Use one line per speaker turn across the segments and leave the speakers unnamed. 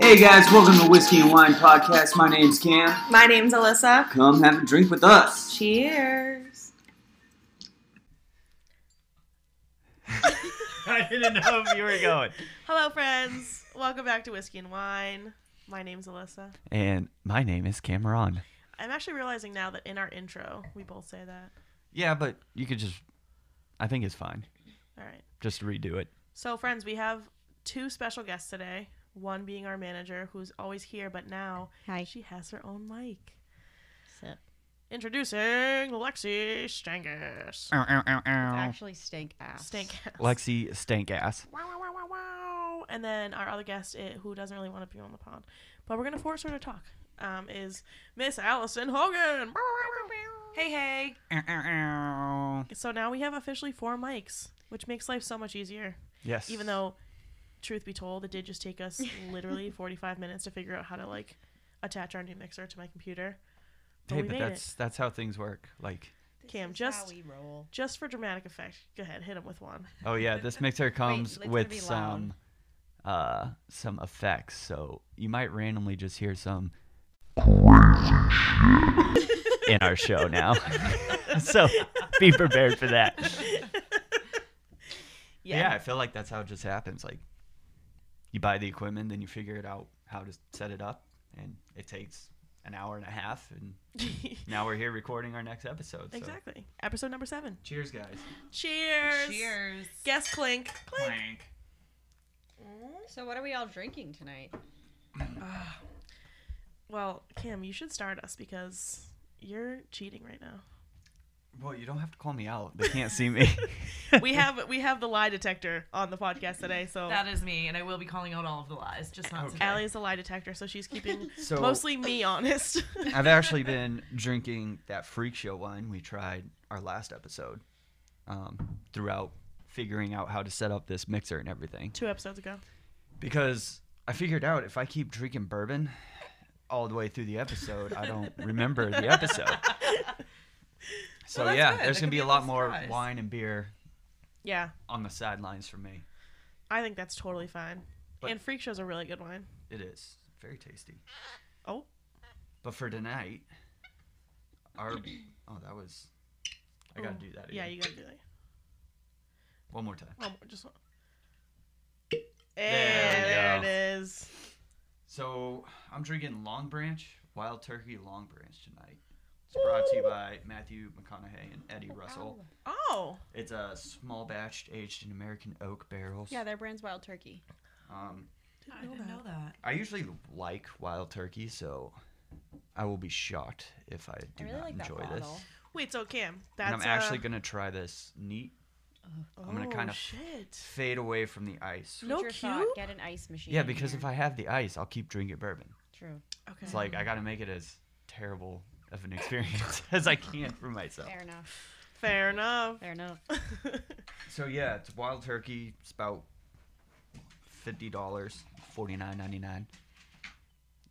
Hey guys, welcome to Whiskey and Wine Podcast. My name's Cam.
My name's Alyssa.
Come have a drink with us.
Cheers.
I didn't know if you were going.
Hello, friends. Welcome back to Whiskey and Wine. My name's Alyssa.
And my name is Cameron.
I'm actually realizing now that in our intro, we both say that.
Yeah, but you could just, I think it's fine.
All right.
Just redo it.
So, friends, we have two special guests today. One being our manager, who's always here, but now
Hi.
she has her own mic.
Sup?
Introducing Lexi Stangus.
Actually, stank ass.
Stank.
Lexi stank ass.
Wow, wow, wow, wow, wow. And then our other guest, it, who doesn't really want to be on the pod, but we're going to force her to talk, um, is Miss Allison Hogan.
Hey, hey.
So now we have officially four mics, which makes life so much easier.
Yes.
Even though, truth be told, it did just take us literally 45 minutes to figure out how to like attach our new mixer to my computer.
hey,
we
but
made
that's that's how things work. Like,
Cam, just-
how we roll.
Just for dramatic effect, go ahead, hit him with one.
oh yeah, this mixer comes
it's gonna
with
be
some, uh, some effects. So you might randomly just hear some in our show now. so be prepared for that. Yeah. I feel like that's how it just happens. Like, you buy the equipment, then you figure it out how to set it up, and it takes an hour and a half, and now we're here recording our next episode. So.
exactly. Episode number seven.
Cheers, guys.
Cheers.
Cheers.
Guest clink. Clink.
So, what are we all drinking tonight?
Ah. Well, Cam, you should start us because you're cheating right now.
Well, you don't have to call me out. They can't see me.
we have we have the lie detector on the podcast today, so
That is me, and I will be calling out all of the lies, just not today.
Allie is the lie detector, so she's keeping
So-
mostly me honest.
I've actually been drinking that freak show wine we tried our last episode um, throughout figuring out how to set up this mixer and everything.
Two episodes ago.
because I figured out if I keep drinking bourbon all the way through the episode, I don't remember the episode. So
Well, that's
yeah,
good.
there's
That
gonna
could
be
be
a
a
lot
little
more
surprise.
wine and beer
Yeah,
on the sidelines for me.
I think that's totally fine.
But-
and Freak Show's a really good wine.
It is very tasty.
Oh,
But for tonight, our oh that was I gotta
Oh.
Ooh.
do that. Again.
yeah, you gotta do that.
one more time.
One more, just one.
There we
Eh, there,
go.
it is.
So I'm drinking Long Branch Wild Turkey Long Branch tonight. It's brought to you by Matthew McConaughey and Eddie Russell.
Oh,
It's a small batch aged in American oak barrels.
Yeah, their brand's Wild Turkey.
Um,
I didn't know that.
I usually like wild turkey, so I will be shocked if I do
I really
not
like that
enjoy this.
bottle.
wait, so Cam, that's
And I'm actually
uh,
gonna try this neat,
oh,
I'm gonna kinda f-
shit.
fade away from the ice.
No
Future thought,
cube?
Get an ice machine.
Yeah, because if I have the ice, I'll keep drinking bourbon.
True.
Okay.
It's like I gotta make it as terrible of an experience as I can for myself.
Fair enough.
fair enough.
Fair enough.
So yeah, it's wild turkey. It's about fifty dollars, forty nine ninety nine.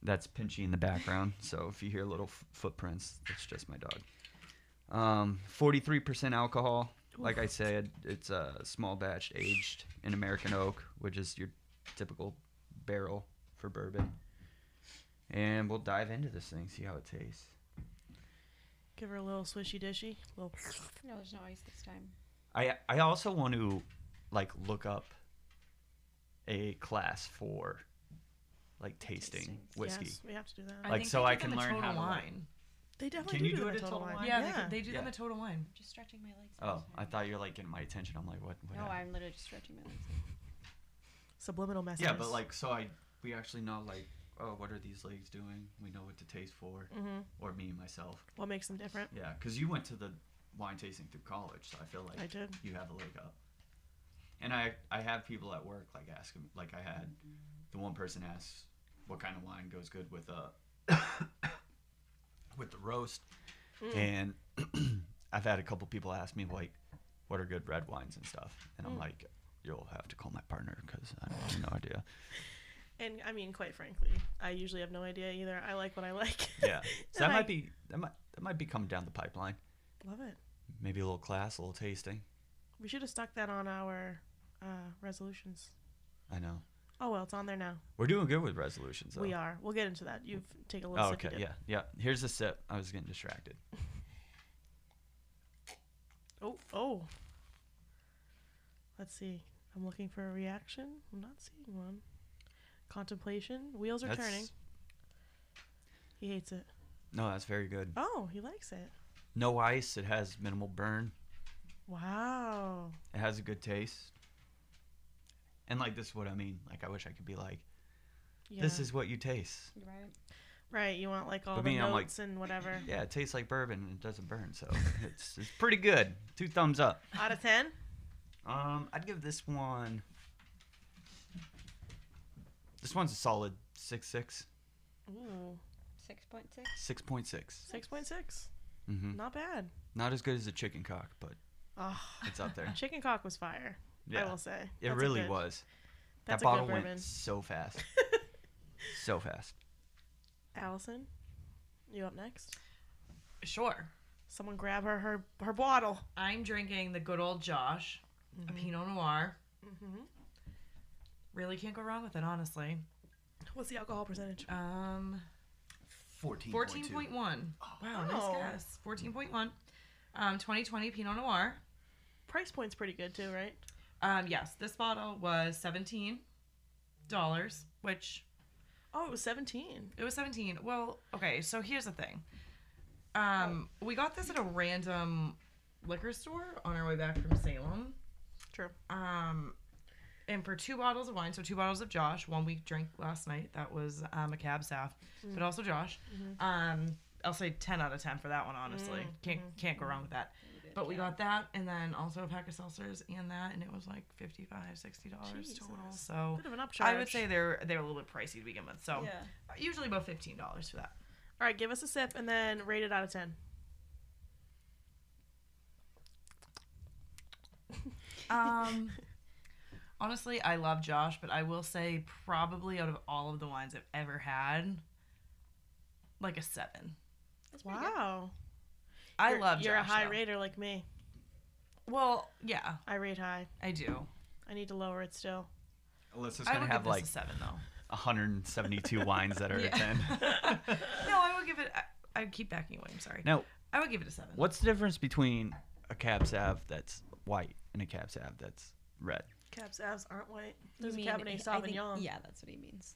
That's Pinchy in the background. So if you hear little f- footprints, it's just my dog. Um, forty three percent alcohol. Like I said, it's a small batch aged in American oak, which is your typical barrel for bourbon. And we'll dive into this thing, see how it tastes.
Give her a little swishy dishy. Little.
No, there's no ice this time.
I I also want to like look up a class for like tasting
Tastings.
whiskey.
Yes, we have to do that.
Like,
think
so
they
I
do them
can
in
learn
total
how to, like-
wine.
They definitely
Can you
do,
do
them
it
in
in
total
total
wine.
wine?
Uh, Yeah,
yeah.
They, they do them
Yeah.
at Total Wine.
I'm just stretching my legs.
Oh, I
I'm sorry.
thought you were like getting my attention. I'm like, what? what
No,
happened?
I'm literally just stretching my legs.
Subliminal messages.
yeah, but like, so I we actually know like, oh, what are these legs doing? We know what to taste for,
Mm-hmm.
hmm
or me myself.
What makes them different?
Yeah, because you went to the wine tasting through college, so I feel like
I did.
you have a leg up. And I I have people at work like asking like I had the one person asks what kind of wine goes good with uh with the roast,
Mm.
and I've had a couple people ask me like what are good red wines and stuff, and
Mm.
I'm like you'll have to call my partner because I have no idea.
And I mean, quite frankly, I usually have no idea either. I like what I like.
Yeah, so that
And I-
might be that might that might be coming down the pipeline.
Love it.
Maybe a little class, a little tasting.
We should have stuck that on our uh, resolutions.
I know.
Oh well, it's on there now.
We're doing good with resolutions. Though.
We are. We'll get into that. You've take a little.
Oh,
sip
okay.
of it.
Yeah. Yeah. Here's a sip. I was getting distracted.
Oh, oh. Let's see. I'm looking for a reaction. I'm not seeing one. Contemplation. Wheels are turning.
That's-
He hates it.
No, that's very good.
Oh, he likes it.
No ice. It has minimal burn.
Wow.
It has a good taste. And like this is what I mean. Like I wish I could be like,
Yeah.
this is what you taste.
You're right.
right. You want like all
I
the
mean, I'm like-
notes and whatever.
Yeah, it tastes like bourbon and it doesn't burn, so it's it's pretty good. Two thumbs up.
Out of ten.
Um, I'd give this one. This one's a solid six six
Ooh,
Six point six.
six point six.
six point six.
Mm-hmm.
Not bad.
Not as good as the chicken cock, but
Oh,
it's up there.
chicken cock was fire. I
Yeah,
will say
it
That's a
really
good-
was.
That's
that
a
bottle
good bourbon.
went so fast, so fast.
Allison, you up next?
Sure.
Someone grab her her her bottle.
I'm drinking the good old Josh, a Pinot Noir.
Mm-hmm.
Really can't go wrong with it, honestly.
What's the alcohol percentage?
Um,
Fourteen.
14.1. Wow,
Oh.
nice guess. 14.1. Um, 2020 Pinot Noir.
Price point's pretty good too, right?
Um, yes, this bottle was $17, which
Oh, it was seventeen.
It was 17. Well, okay, so here's the thing. Um, we got this at a random liquor store on our way back from Salem.
True.
Um, and for two bottles of wine, so two bottles of Josh, one we drank last night. That was um, a cab south, but also Josh. Um, I'll say 10 out of 10 for that one, honestly. Can't can't go wrong with that. But we got that, and then also a pack of seltzers and that, and it was like 55 dollars total.
Jesus.
So
Bit of an upcharge.
I would say they're they're a little bit pricey to begin with. So
Yeah.
usually about fifteen dollars for that.
All right, give us a sip and then rate it out of ten.
Um, honestly, I love Josh, but I will say probably out of all of the wines I've ever had, like a seven.
That's pretty good.
Wow.
I
You're-
love.
You're
Josh,
a high
though.
rater like me.
Well, yeah,
I rate high.
I do.
I need to lower it still.
Alyssa's
I
gonna
would
have
give
like
this a seven though.
172 wines that are
Yeah.
at ten.
No, I would give it. I, I keep backing away. I'm sorry.
now,
I would give it a seven.
What's the difference between a cab sav that's white and a cab sav that's red?
Cab Savs aren't white.
You
There's
mean-
a Cabernet
I think-
Sauvignon.
yeah, that's what he means.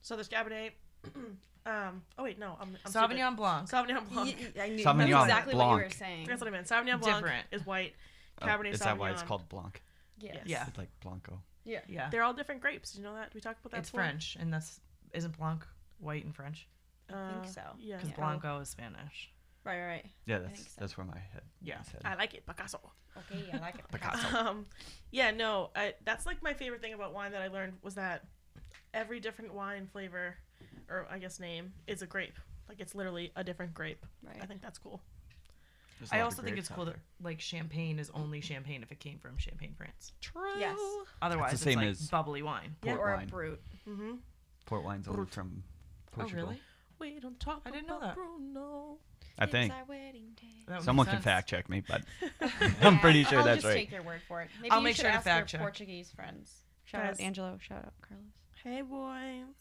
So there's Cabernet. um. Oh wait, no. I'm, I'm stupid.
Sauvignon Blanc?
Sauvignon Blanc.
Y- I knew
Sauvignon
that's exactly what you were
Blanc.
saying.
That's what I meant. Sauvignon Blanc
Different.
is white. Cabernet
Oh, is
Sauvignon.
that why it's called Blanc?
Yes.
Yes.
Yeah.
It's like Blanco.
Yeah.
Yeah,
They're all different grapes. Did you know that? Did we talked about that.
it's
before?
French, and that's isn't Blanc white in French
Uh,
think so.
Yeah.
because
Yeah.
Blanco is Spanish.
Right, right,
Yeah, that's
think so.
that's where my head.
Yeah.
is headed.
I like it, Picasso.
right. Okay, I like it.
Picasso.
Um, yeah, no, I, that's like my favorite thing about wine that I learned was that every different wine flavor, or I guess name, is a grape. Like it's literally a different grape. I
Right.
think that's cool.
There's a
I
lot of
also think
grapes
it's
out
cool that
there.
like champagne is only champagne if it came from Champagne, France.
True.
Yes.
Otherwise, it's
same
like
as-
bubbly wine.
Yeah,
port
or
wine.
a brute.
Mm-hmm.
port wine's only from Portugal.
We don't talk
I didn't know
about
that.
Bruno.
I think
It's our wedding day.
That would make
someone can
sense.
fact check me, but I'm pretty sure
I'll
that's
just
right.
take your word for it. Maybe
I'll
you
make
should
sure to
ask your
fact check.
Portuguese friends. Shout
Guys.
out Angelo. Shout out Carlos.
Hey boys.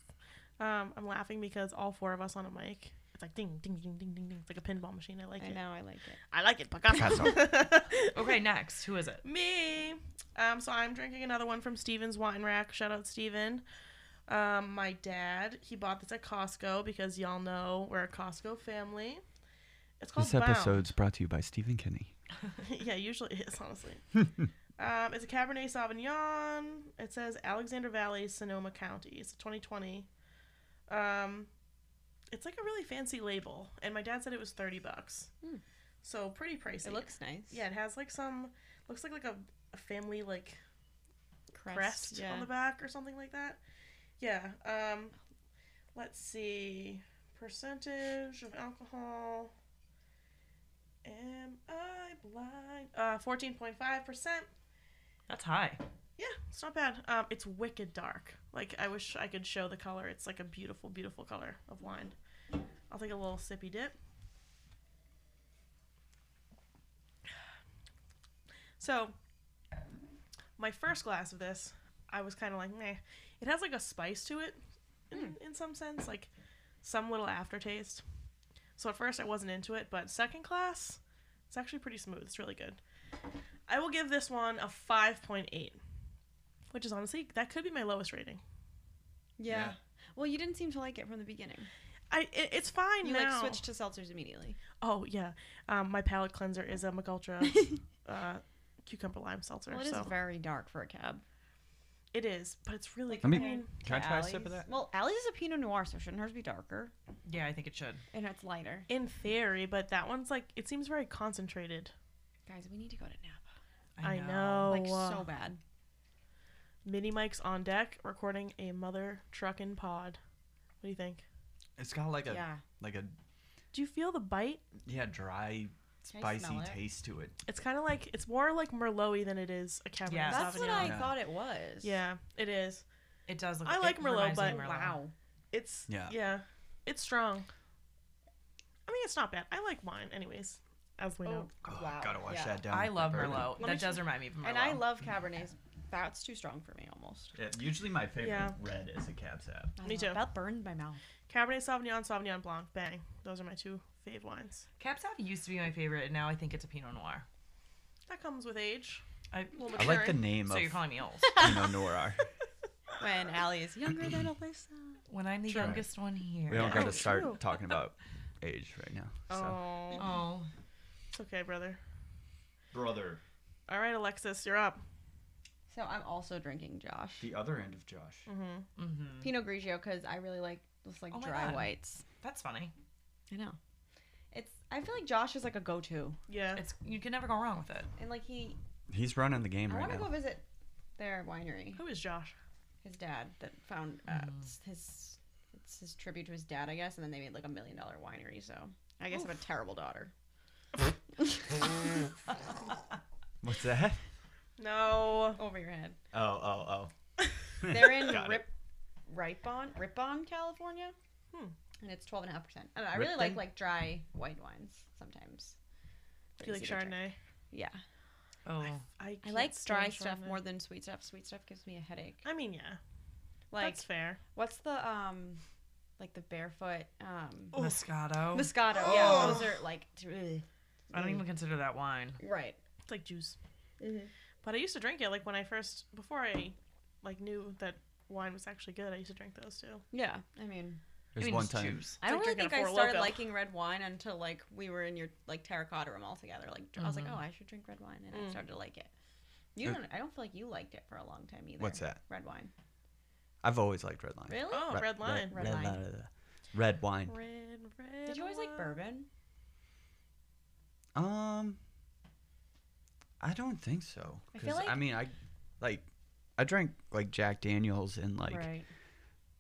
Um, I'm laughing because all four of us on a mic. It's like ding, ding, ding, ding, ding, ding. It's like a pinball machine. I like
I
it.
know. I like it.
I like it, Picasso.
Okay, next, who is it?
Me. Um, so I'm drinking another one from Steven's Wine Rack. Shout out Steven. Um, my dad, he bought this at Costco because y'all know we're a Costco family. It's called
This episode's brought to you by Stephen Kinney.
Bound. yeah, usually it is, honestly. um, it's a Cabernet Sauvignon. It says Alexander Valley, Sonoma County. It's 2020. Um, it's like a really fancy label, and my dad said it was 30 bucks.
Hmm.
So pretty pricey.
It looks nice.
Yeah, it has like some looks like like a, a family like
Crest.
crest
yeah.
on the back or something like that. Yeah. Um, let's see. Percentage of alcohol. Am I blind? Uh, fourteen point five percent.
That's high.
Yeah, it's not bad. Um, it's wicked dark. Like I wish I could show the color. It's like a beautiful, beautiful color of wine. I'll take a little sippy dip. So, my first glass of this, I was kind of like, meh. It has like a spice to it, in, in some sense, like some little aftertaste. So at first I wasn't into it, but second class, it's actually pretty smooth. It's really good. I will give this one a five point eight, which is honestly that could be my lowest rating.
Yeah.
Yeah.
Well, you didn't seem to like it from the beginning.
I it, it's fine
You like
now.
switched to seltzers immediately.
Oh yeah, um, my palate cleanser is a McUltra uh, cucumber lime seltzer.
Well, it is
so
very dark for a cab.
it is, but it's really.
Like,
good.
Let me-
I mean,
Can I
to
try a sip of
Allie's.
that?
Well, Allie's is a Pinot Noir, so shouldn't hers be darker?
Yeah, I think it should.
And it's lighter.
in theory, but that one's like it seems very concentrated.
Guys, we need to go to Napa.
I know.
like
uh,
so bad.
Mini mics on deck, recording a mother truckin' pod. What do you think?
It's got like a
Yeah.
like a
Do you feel the bite?
yeah dry
Can I
spicy
smell it?
taste to it.
It's kind of like it's more like Merlot than it is a Cabernet
Yeah.
That's
Sauvignon.
what I
Yeah.
thought it was.
Yeah, it is.
It does look.
I
it
like Merlot,
reminds me
but-
of Merlot.
Oh, Wow.
It's yeah,
Yeah.
yeah, it's strong. I mean, it's not bad. I like wine, anyways, as we know.
Oh,
Wow,
Gotta wash
yeah.
that down.
I
with
love
bourbon.
Merlot.
me
That
try-
does remind me of Merlot.
And I love Cabernets. That's too strong for me almost.
Yeah, usually my favorite
Yeah.
red is a cab sap.
I
Me
know,
too.
That burned my mouth.
Cabernet Sauvignon, Sauvignon Blanc, bang. Those are my two fave wines.
Cab Sav used to be my favorite, and now I think it's a Pinot Noir.
That comes with age.
I,
A little
I like the
maturing.
name
so
of
you're calling me old.
Pinot Noir.
When Allie is younger than Alyssa.
when I'm the
Sure.
youngest one here.
We don't got
Oh,
to start
true.
talking about age right now. So.
Oh,
Oh,
it's okay, brother.
Brother,
All right, Alexis, you're up.
So I'm also drinking Josh.
the other end of Josh.
Mm-hmm.
mm-hmm.
Pinot Grigio because I really like just like
Oh my
dry
God.
whites.
that's funny.
I know. It's I feel like Josh is like a go-to,
Yeah.
It's you can never go wrong with it.
and like he.
He's running the game
I
right
want to
now.
go visit their winery.
Who is Josh?
His dad that found uh, his it's his tribute to his dad, I guess, and then they made like a million dollar winery. So I guess I'm a terrible daughter.
What's that?
No.
Over your head.
Oh, oh, oh.
They're in
Got it.
Rip, Ripon, Ripon, California.
Hmm.
And it's twelve and a half percent. I don't know, I really
Ripon?
like like dry white wines sometimes.
Do you like
Easy to drink.
Chardonnay?
Yeah,
Oh,
I,
I
can't
like dry
stand
stuff
Chardonnay.
more than sweet stuff. Sweet stuff gives me a headache.
I mean, yeah.
Like
That's fair.
what's the um, like the barefoot um
Moscato.
Moscato? Yeah, those are like ugh.
I don't even consider that wine.
right.
It's like juice.
Mm-hmm.
But I used to drink it like when I first before I like knew that wine was actually good. I used to drink those too.
Yeah, I mean,
I
There's
mean,
one
just
time.
juice.
I don't
like
really
drinking a
think I
Four
started
Loko.
liking red wine until like we were in your like terracotta room all together. Like I was
Mm-hmm.
like, oh, I should drink red wine, and
Mm.
I started to like it. You
Uh,
don't. I don't feel like you liked it for a long time either.
What's that?
Red wine.
I've always liked red wine.
Really?
Oh, red, line.
red
Red,
wine.
line, uh, red wine.
Red, red.
Did you always like
wine.
bourbon?
Um, I don't think so.
I
'Cause,
feel like-
I mean, I like I drank like Jack Daniels and like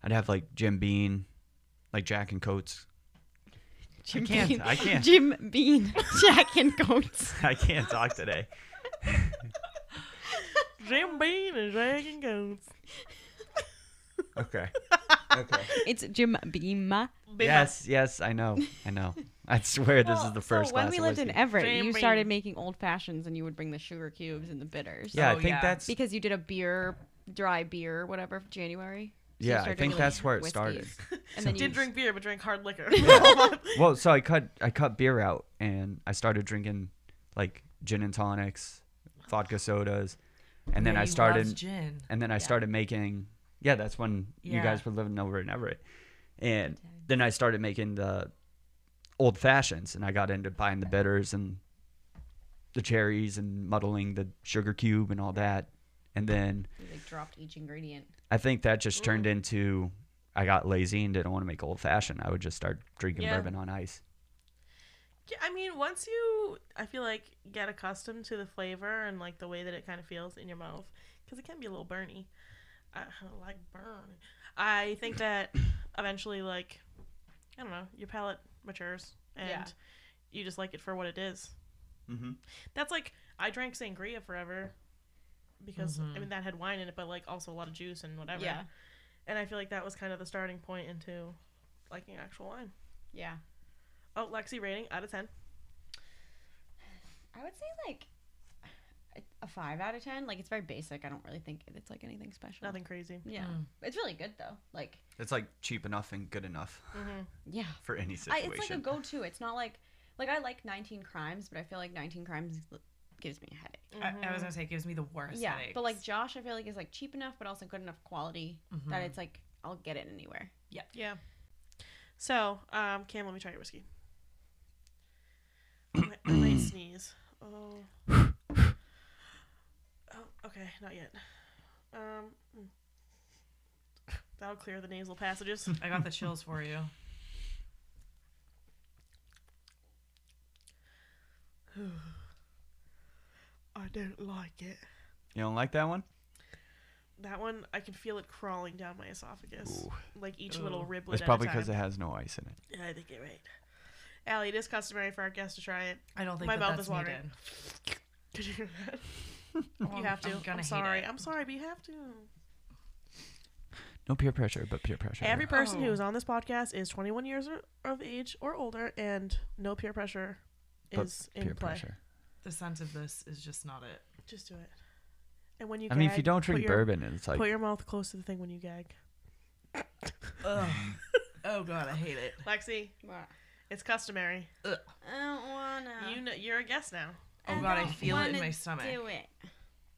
I'd have like Jim Bean, like Jack and Coats. I can't. I can't.
Jim Bean, Jack and Goats.
I can't talk today.
Jim Beam and Dragon Goats.
Okay. Okay.
It's Jim Beam.
Yes, yes, I know. I know. I swear this is the first
So when
glass
we
of
lived in
whiskey.
Everett,
Jam
you
bean.
started making old fashions, and you would bring the sugar cubes and the bitters.
Yeah,
Oh,
I think
yeah.
that's
Because you did a beer, dry beer, whatever, for January. So you
Yeah, I
started
think
doing
that's where it started.
whiskeys. And then you
Did drink beer but drank hard liquor.
Well, so I cut I cut beer out and I started drinking like gin and tonics, vodka sodas, and then
Yeah,
I
he loves
started
gin.
and then I started making yeah, that's when you
Yeah.
guys were living over in Everett. And then I started making the old fashions and I got into buying the bitters and the cherries and muddling the sugar cube and all that. And then
You like dropped each ingredient.
I think that just turned into I got lazy and didn't want to make old fashioned. I would just start drinking
Yeah.
bourbon on ice.
Yeah, I mean, once you, I feel like get accustomed to the flavor and like the way that it kind of feels in your mouth, because it can be a little burny. I I like burn. I think that eventually, like, I don't know, your palate matures and
Yeah.
you just like it for what it is.
Mhm.
That's like I drank sangria forever because I mean that had wine in it, but like also a lot of juice and whatever.
Yeah.
And I feel like that was kind of the starting point into liking actual wine.
Yeah.
Oh, Lexi rating out of ten.
I would say like I- a five out of ten. Like it's very basic. I don't really think it's like anything special.
Nothing crazy.
Yeah,
Mm.
it's really good though. Like
It's like cheap enough and good enough
Mm-hmm.
yeah,
for any
I,
situation.
it's like a go-to. It's not like like I like 19 Crimes, but I feel like 19 Crimes gives me a headache.
I,
Mm-hmm.
I was gonna say it gives me the worst.
yeah,
headaches. Mm-hmm.
but like Josh, I feel like is like cheap enough, but also good enough quality that it's like I'll get it anywhere.
Yeah. So, um, Cam, let me try your whiskey. I might- I might sneeze. Oh. Oh, okay, not yet. Um, mm. that'll clear the nasal passages.
I got the chills for you.
I don't like it.
you don't like that one?
That one, I can feel it crawling down my esophagus,
Ooh.
like each little
Ooh.
riblet.
It's
at a
probably
time.
because it has no ice in it.
Yeah, I think you're right. Allie, it is customary for our guests to try it.
I don't think
My
that
mouth
that's
is watering.
needed.
Did you hear that?
Well,
You have to.
Oh, I'm
I'm,
gonna hate
sorry.
it.
I'm sorry, but you have to.
No peer pressure, but peer pressure.
Every person
Oh.
who is on this podcast is 21 years or, of age or older, and no peer pressure
but
is in play.
The scent of this is just not it.
Just do it. And when you,
I mean, if
gag,
you don't
put
drink
your-
bourbon, it's like
put your mouth close to the thing when you gag.
Oh god, I hate it.
Lexi, it's customary.
I don't wanna.
Uh.
You know, you're a guest now.
Oh god, I feel it in my stomach.
Do it.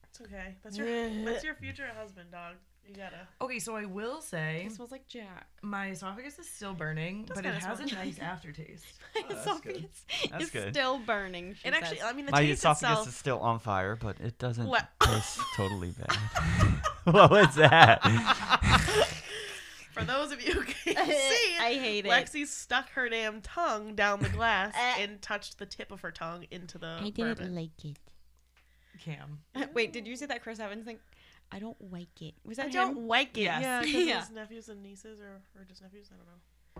It's okay. That's your that's your future husband, dog. You gotta.
Okay, so I will say
It smells like Jack.
my esophagus is still burning, but it
kinda
has a
smell-
nice aftertaste.
esophagus
That's
is
Oh, good.
still burning. She
And actually,
says.
I mean, the
my
taste
esophagus
itself.
is still on fire, but it doesn't
Le-
taste totally bad. what was that?
For those of you who can't see,
I hate it.
Lexi stuck her damn tongue down the glass
Uh.
and touched the tip of her tongue into the
I didn't
bourbon.
like it.
Cam.
Wait, did you say that Chris Evans thing? I don't like it. Was that
I
him?
don't like it.
Yes.
Yeah, 'cause
Yeah.
his nephews and nieces, or, or just nephews, I don't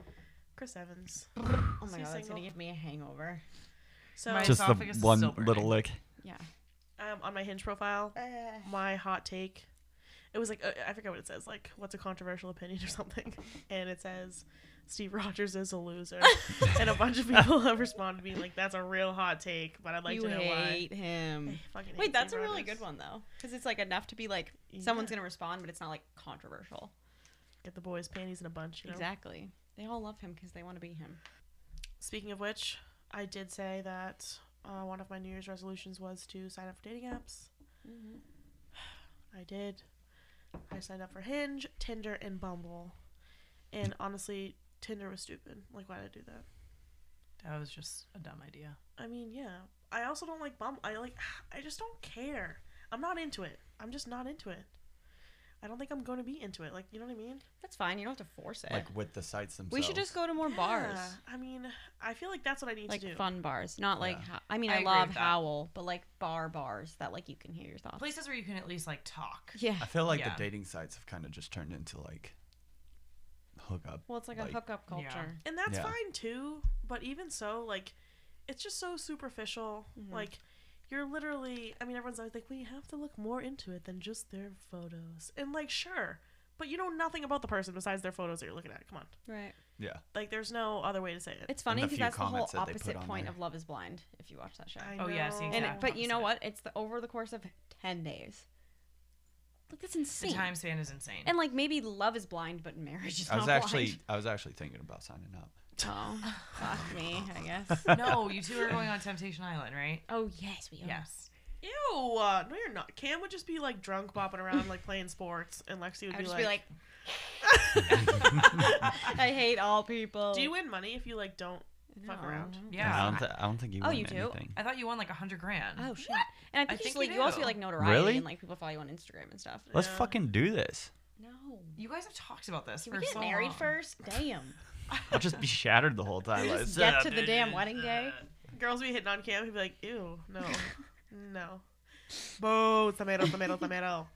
know. Chris Evans.
Oh
Is
my
he
god, that's gonna
single?
give me a hangover.
So
My
Just the
esophagus is
one
still burning.
little lick.
Yeah.
um, on my Hinge
Uh,
profile, my hot take, it was like uh, I forget what it says, like what's a controversial opinion or something, and it says Steve Rogers is a loser, and a bunch of people have responded to me like that's a real hot take, but I'd like
you
to know why.
hate
I
him.
fucking hate
Wait, that's a
Steve
really
Rogers.
good one though, because it's like enough to be like someone's gonna respond, but it's not like controversial.
Get the boys' panties in a bunch, you know.
Exactly. They all love him because they want to be him.
Speaking of which, I did say that uh, one of my New Year's resolutions was to sign up for dating apps.
Mm-hmm.
I did. I signed up for Hinge, Tinder, and Bumble. And honestly, Tinder was stupid. Like, why did I do that?
That was just a dumb idea.
I mean, yeah. I also don't like Bumble. I like. I just don't care. I'm not into it. I'm just not into it. I don't think I'm going to be into it. Like, you know what I mean?
That's fine. You don't have to force it.
Like with the sites themselves.
we should just go to more bars,
Yeah. I mean, I feel like that's what I need
like
to do.
fun bars, not like.
Yeah.
ho- I mean,
I
I,
agree
love
with that.
Howl, but like bar bars that like you can hear your thoughts.
Places where you can at least like talk.
Yeah.
I feel like
Yeah.
the dating sites have kind of just turned into like hookup.
Well, it's like,
Like,
a hookup culture.
yeah.
and that's
Yeah.
fine too but even so like it's just so superficial
Mm-hmm.
like you're literally i mean everyone's always like well you have to look more into it than just their photos and like sure but you know nothing about the person besides their photos that you're looking at come on
Right.
Yeah.
like there's no other way to say it
It's funny
the
because
few
that's the whole
comments that they put
opposite
on
point
there.
of Love Is Blind. If you watch that show,
I
Oh, yeah, see,
know.
and
exactly.
but you know what?
opposite.
It's the over the course of ten days. Like that's insane.
The time span is insane.
And like maybe Love Is Blind, but marriage is
I was
not
actually I was actually thinking about signing up.
blind. Oh, fuck me. I guess.
no, you two are going on Temptation Island, right?
Oh yes, we are.
Yes.
ew uh, no you're not cam would just be like drunk bopping around like playing sports and lexi would
I
be,
would just
like,
be like, I hate all people.
do you win money if you like don't fuck
No.
around
I
Yeah.
don't, th- I don't think you
Oh,
won
you do?
anything.
I thought you won like a hundred grand.
Oh shit! And I think,
think
it's
you
like you also
do.
get like notoriety
Really?
and like people follow you on Instagram and stuff.
Let's
Yeah.
fucking do this.
No.
You guys have talked about this.
Can
for
we get
so
married
long.
first? Damn.
I'll just be shattered the whole time. Like,
Just get to the damn wedding day.
girls be hitting on Cam, he'd be like, ew, no, no. Boo, tomato, tomato, tomato.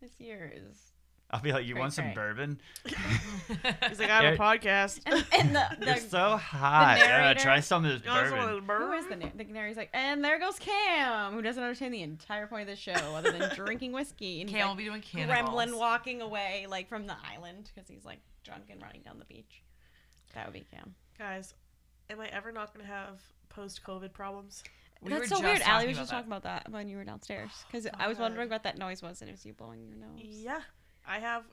This year is.
I'll be like, you
Cray,
want some
cray.
bourbon?
He's like, I have a
Eric-
podcast.
And, and the,
You're
the
so hot. Yeah,
narrator-
try some of this
You want some of
bourbon.
this
who is
bourbon?
the na- the canary's like, and there goes Cam, who doesn't understand the entire point of the show other than drinking whiskey. And he's
Cam will
like,
be doing cannonballs.
gremlin walking away like from the island because he's like drunk and running down the beach. That would be Cam.
Guys, am I ever not going to have post COVID problems?
We were
That's so
just
weird. Allie was
about
just
that. Oh,
talking about that when you were downstairs because I was
God.
wondering what that noise was and it was you blowing your nose.
Yeah, I have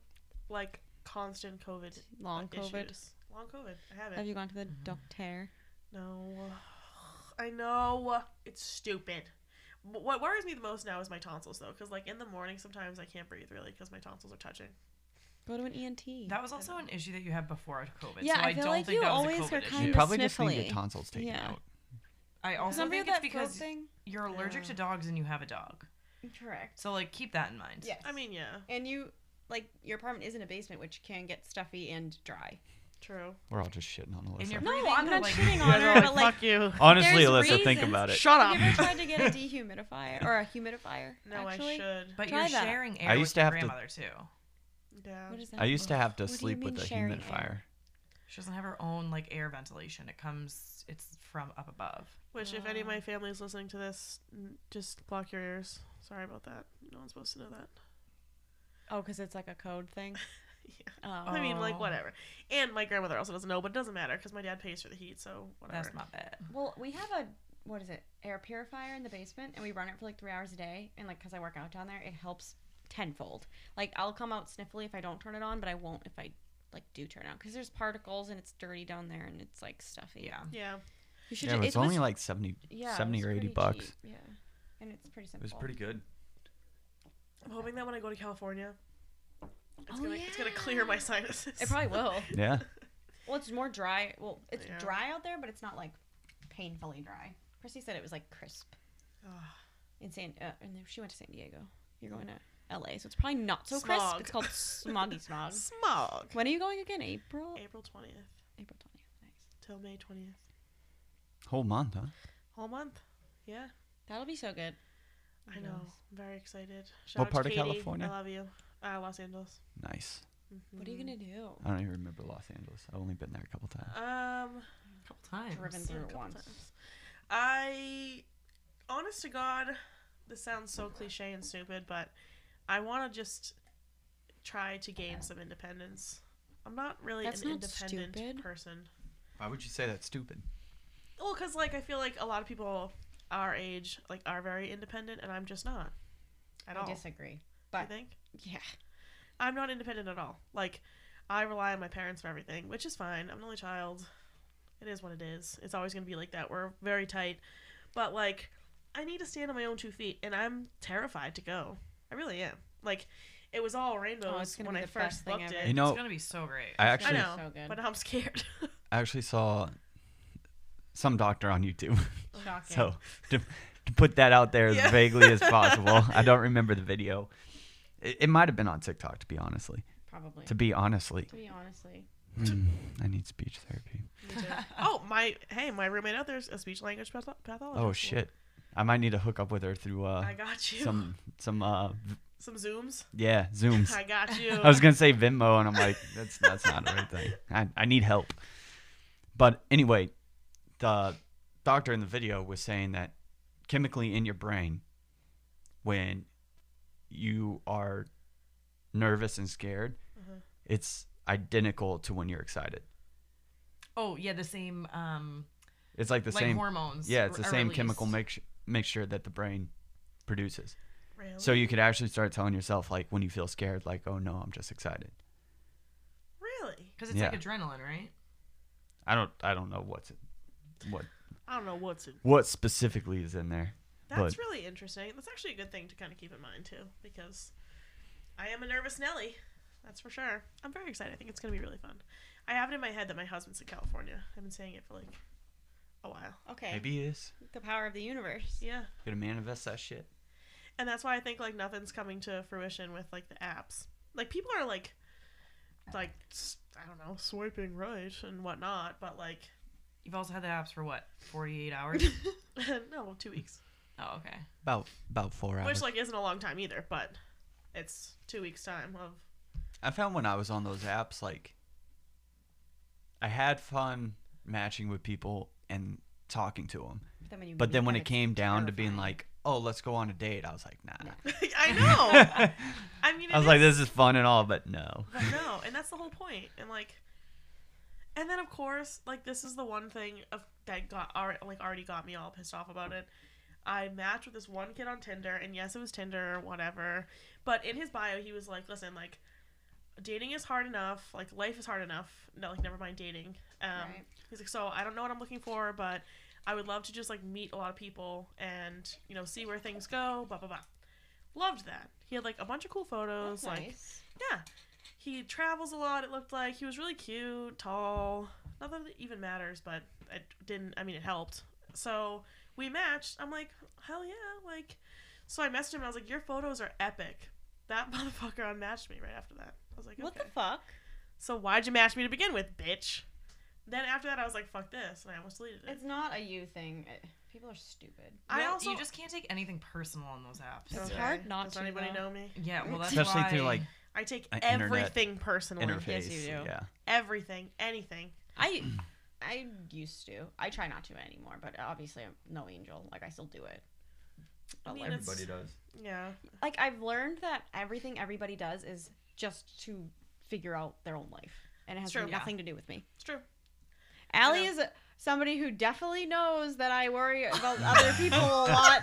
like constant COVID
Long COVID.
issues. Long COVID. I have it.
Have you gone to the
Mm-hmm.
doctor?
No, I know it's stupid. Wh- What worries me the most now is my tonsils, though, because like in the morning sometimes I can't breathe really because my tonsils are touching.
Go to an E ENT.
That was also an issue that you had before COVID.
Yeah,
so
I
I,
feel
don't
like
think
you
that was a
always
COVID
are
issue.
kind
You
of
probably just need
sniffly.
your tonsils taken
Yeah.
out.
I also
Somebody
think
with that
it's
throat
because
thing?
you're allergic
Yeah.
to dogs and you have a dog.
Correct.
So like keep that in mind.
Yes.
I mean, yeah,
and you like your apartment is in a basement, which can get stuffy and dry.
true.
We're all just shitting on Alyssa.
And you're
No,
breathing,
I'm
but,
not
like,
shitting
You
on
guys
her,
are
but like.
fuck you.
Honestly,
there's
Alyssa, think
reasons.
about it.
Shut
Have
up.
you ever tried to get a dehumidifier or a humidifier?
No,
actually?
I should.
But
Try
you're
that.
sharing air
I
with
used to
your
have to-
grandmother too.
Yeah.
What is that?
I used to
Ugh.
have to
What do you
sleep
mean
with a
sharing air?
humidifier.
She doesn't have her own like air ventilation. It comes it's from up above.
Which, if any of my family is listening to this, n- just block your ears. Sorry about that. No one's supposed to know that.
Oh, because it's like a code thing.
Yeah.
Oh.
I mean, like
Oh.
whatever. And my grandmother also doesn't know, but it doesn't matter because my dad pays for the heat, so whatever.
That's not bad.
Well, we have a what is it? Air purifier in the basement, and we run it for like three hours a day. And like, cause I work out down there, it helps tenfold. Like, I'll come out sniffly if I don't turn it on, but I won't if I like do turn it on, cause there's particles and it's dirty down there and it's like stuffy.
Yeah.
yeah.
you should.
Yeah,
ju-
but it's
it was-
only like 70,
yeah, it
70
was
or 80
pretty
bucks.
cheap, Yeah, and it's pretty simple.
It was pretty good.
I'm hoping that when I go to California, it's
Oh,
gonna it's gonna clear my sinuses.
It probably will.
Yeah.
well, it's more dry. Well, it's
Yeah.
dry out there, but it's not like painfully dry. Chrissy said it was like crisp.
Ah.
in San uh, and then she went to San Diego. You're going to LA, so it's probably not so crisp.
Smog.
It's called smoggy smog.
smog.
When are you going again? April.
April twentieth
April twentieth. Nice.
till May twentieth.
Whole month, huh?
Whole month. Yeah,
That'll be so good.
I know. I'm very excited. Shout
What
out
part
to
of
Katie.
California?
I love you. Uh, Los Angeles.
Nice.
What are you gonna do?
I don't even remember Los Angeles. I've only been there a couple times.
Um,
A couple times.
Driven
yeah,
through
a
it
couple
once.
times. I, honest to God, this sounds so cliche and stupid, but I want to just try to gain some independence. I'm not really
That's
an
not
independent
stupid.
person.
Why would you say that's stupid?
Well, because like I feel like a lot of people our age like are very independent, and I'm just not at
I
all.
disagree.
You
But
think
yeah,
I'm not independent at all? Like I rely on my parents for everything, which is fine. I'm an only child. It is what it is. It's always gonna be like that. We're very tight, but like I need to stand on my own two feet, and I'm terrified to go. I really am. Like it was all rainbows
Oh, gonna
when
be
I
the best
first
thing
looked at
ever.
it.
You
It's
know,
gonna be so great.
I
I
actually
know,
so good.
but now I'm scared.
I actually saw some doctor on YouTube.
shocking.
so to, to put that out there as
Yeah.
vaguely as possible, I don't remember the video. It, it might have been on TikTok, to be honestly.
probably.
To be honestly,
To be honestly,
Hmm, I need speech therapy.
oh my! Hey, my roommate out there's a speech language patho- pathologist.
Oh shit, I might need to hook up with her through uh,
I got you.
some some uh, v-
some zooms.
yeah zooms.
I got you.
I was gonna say Venmo, and I'm like, that's that's not the right thing. I, I need help. But anyway, the doctor in the video was saying that chemically in your brain, when you are nervous and scared,
Mm-hmm.
it's identical to when you're excited.
Oh yeah, the same um
It's like the
like
same
hormones.
yeah, it's the
are
same chemical
released.
mix, mixture that the brain produces.
really?
Oh.
So you could actually start telling yourself like when you feel scared, like, oh no, I'm just excited.
really?
Because it's
Yeah.
like adrenaline, right?
I don't I don't know what's what
I don't know what's in.
what specifically is in there.
That's
but
really interesting. That's actually a good thing to kind of keep in mind too, because I am a nervous Nelly. That's for sure. I'm very excited. I think it's gonna be really fun. I have it in my head that my husband's in California. I've been saying it for like a while.
okay.
maybe it is.
The power of the universe.
Yeah,
Gonna manifest that shit.
and that's why I think like nothing's coming to fruition with like the apps. Like people are like, like s- I don't know, swiping right and whatnot, but like,
You've also had the apps for what, forty eight hours?
no, two weeks.
oh, okay.
About about four hours.
Which like isn't a long time either, but it's two weeks time of
I found when I was on those apps, like I had fun matching with people and talking to them,
Then when you
but
meet
then
them,
when it
it's
came down to being
Mm-hmm. terrifying.
like, "Oh, let's go on a date," I was like, "Nah."
I know. I mean,
I was like, "This is fun and all, but no."
but no, and that's the whole point. And like, and then of course, like this is the one thing of, that got alre- like already got me all pissed off about it, I matched with this one kid on Tinder, and yes, it was Tinder or whatever. But in his bio, he was like, "Listen, like, dating is hard enough. Like, life is hard enough. No, like, never mind dating." Um,
Right.
He's like, "So I don't know what I'm looking for, but I would love to just like meet a lot of people and you know see where things go." Blah blah blah. Loved that. He had like a bunch of cool photos.
That's
Like,
nice.
yeah. He travels a lot, it looked like. He was really cute, tall. Not that it even matters, but it didn't, I mean, it helped. So we matched. I'm like, hell yeah. Like, so I messaged him and I was like, your photos are epic. That motherfucker unmatched me right after that. I was like,
What
okay.
the fuck?
so why'd you match me to begin with, bitch? Then after that, I was like, fuck this. And I almost deleted it.
It's not a you thing. It- people are stupid.
I
Well,
also.
you just can't take anything personal on those apps.
It's
Okay.
hard not
Does
to,
anybody
though.
know me?
Yeah, well, that's
Especially
why,
through like
I take
An internet
everything personally.
interface.
you do.
Yeah.
Everything. Anything.
I I used to. I try not to anymore, but obviously I'm no angel. Like I still do it. But
mean,
like,
it's- Everybody
does.
Yeah.
like I've learned that everything everybody does is just to figure out their own life, and it has
True. Yeah.
nothing to do with me.
It's true.
Allie
know.
is somebody who definitely knows that I worry about other people a lot,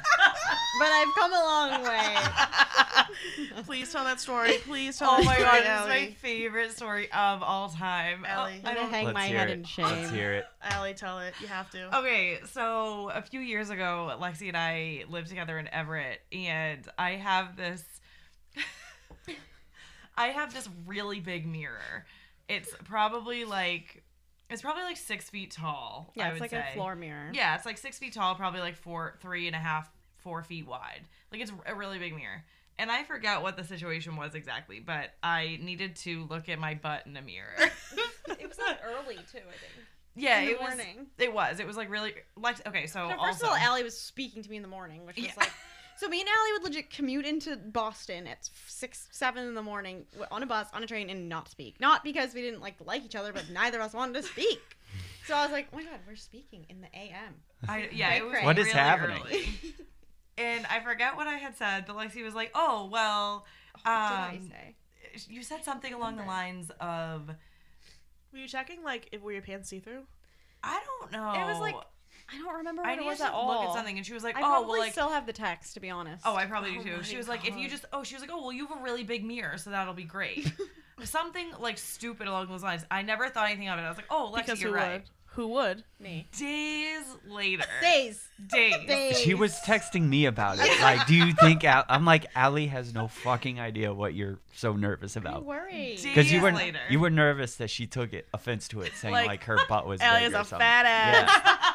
but I've come a long way.
Please tell that story. Please tell
Oh
that
my
story,
god, this is my
Allie.
favorite story of all time. Oh,
Ellie.
I
I'm gonna
don't
hang
Let's
my
hear
head
it.
in shame.
Let's hear it.
Allie, tell it. You have
Oh.
to.
Okay, so a few years ago, Lexi and I lived together in Everett, and I have this I have this really big mirror. It's probably like it's probably like six feet tall. I
Yeah, it's
would
like
say.
a floor mirror.
Yeah, it's like six feet tall, probably like four, three and a half, four feet wide. Like it's a really big mirror. And I forgot what the situation was exactly, but I needed to look at my butt in a mirror.
it was not early too. I think.
yeah,
In the
it was.
morning.
It was. It was like really like okay. So
No, first
also,
of all, Allie was speaking to me in the morning, which was
Yeah.
like, so me and Allie would legit commute into Boston at six, seven in the morning w- on a bus, on a train, and not speak. Not because we didn't like like each other, but neither of us wanted to speak. So I was like, oh my god, we're speaking in the a.m.
I, yeah, it was
Cray-cray.
What is
really
happening?
early. and I forget what I had said, but Lexi was like, "Oh well,
What did I
Um,
say?
you said something along the
remember.
lines of."
Were you checking like if were your pants see through?
I don't know.
like, I don't remember what
I
it
needed
was
to
at all.
look at something, and she was like,
I
"Oh,
probably
well, like,
still have the text, to be honest.
oh, I probably
Oh
do too."
my
She was like, "If you
God.
just, oh, she was like, oh, well, you have a really big mirror, so that'll be great." something like stupid along those lines. I never thought anything of it. I was like, "Oh, Lexi,
because
you're
who
right."
would? Who would?
me
Days later,
days,
days.
days.
She was texting me about it. Like, do you think Al- I'm like Allie has no fucking idea what you're so nervous
Don't
about?
worry.
Days
Because you were
later.
you were nervous that she took it offense to it, saying
Like,
like, her butt was
Allie
big
is
or
a
something.
fat ass.
Yeah.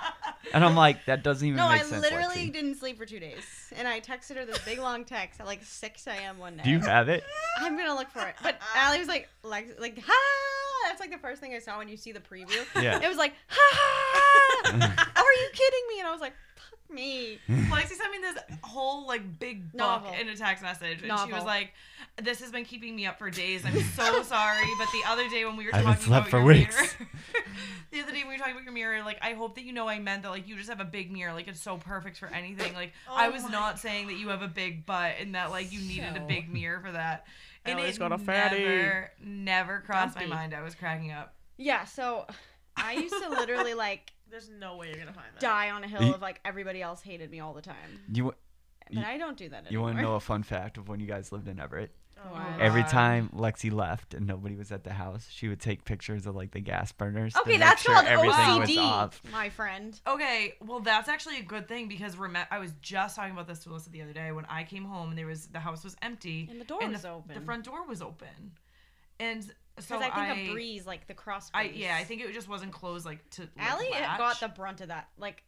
And I'm like, that doesn't even
No,
make
I
sense.
literally
Lexi.
didn't sleep for two days, and I texted her this big long text at like 6 a.m. one day.
Do you have it?
I'm gonna look for it. But Allie was like, like, like, ha! That's like the first thing I saw when you see the preview.
Yeah.
It was like, ha! Are you kidding me? And I was like, fuck me.
Lexi sent me this whole like big book
Novel.
in a text message, and she
Novel.
was like, "This has been keeping me up for days. I'm so sorry." But the other day when we were
I haven't
talking
slept
about
for
your
weeks.
mirror, the other day when we were talking about your mirror, like I hope that you know I meant that like you just have a big mirror, like it's so perfect for anything. Like I
Oh
was
my
not saying that you have a big butt and that like you needed
So-
a big mirror for that. And
Ellie's
it
got a fatty.
never, never crossed my
Dumpy.
mind. I was cracking up.
Yeah. So I used to literally like
There's no way you're gonna find that.
die on a hill
You-
of like everybody else hated me all the time.
You
But
You-
I don't do that anymore.
you want to know a fun fact of when you guys lived in Everett?
Oh,
Wow.
God.
Every
God.
time Lexi left and nobody was at the house, she would take pictures of like the gas burners. to
Okay,
make
that's
sure
called
everything was
OCD,
off.
my friend.
Okay, well that's actually a good thing because remember I was just talking about this to Alyssa the other day when I came home and there was the house was empty
And the door
and
was
the,
open.
The front door was open, and so
Because
I
I think a breeze, like the cross
I
breeze.
yeah, I think it just wasn't closed like to. Like,
Allie
latch.
got the brunt of that. Like,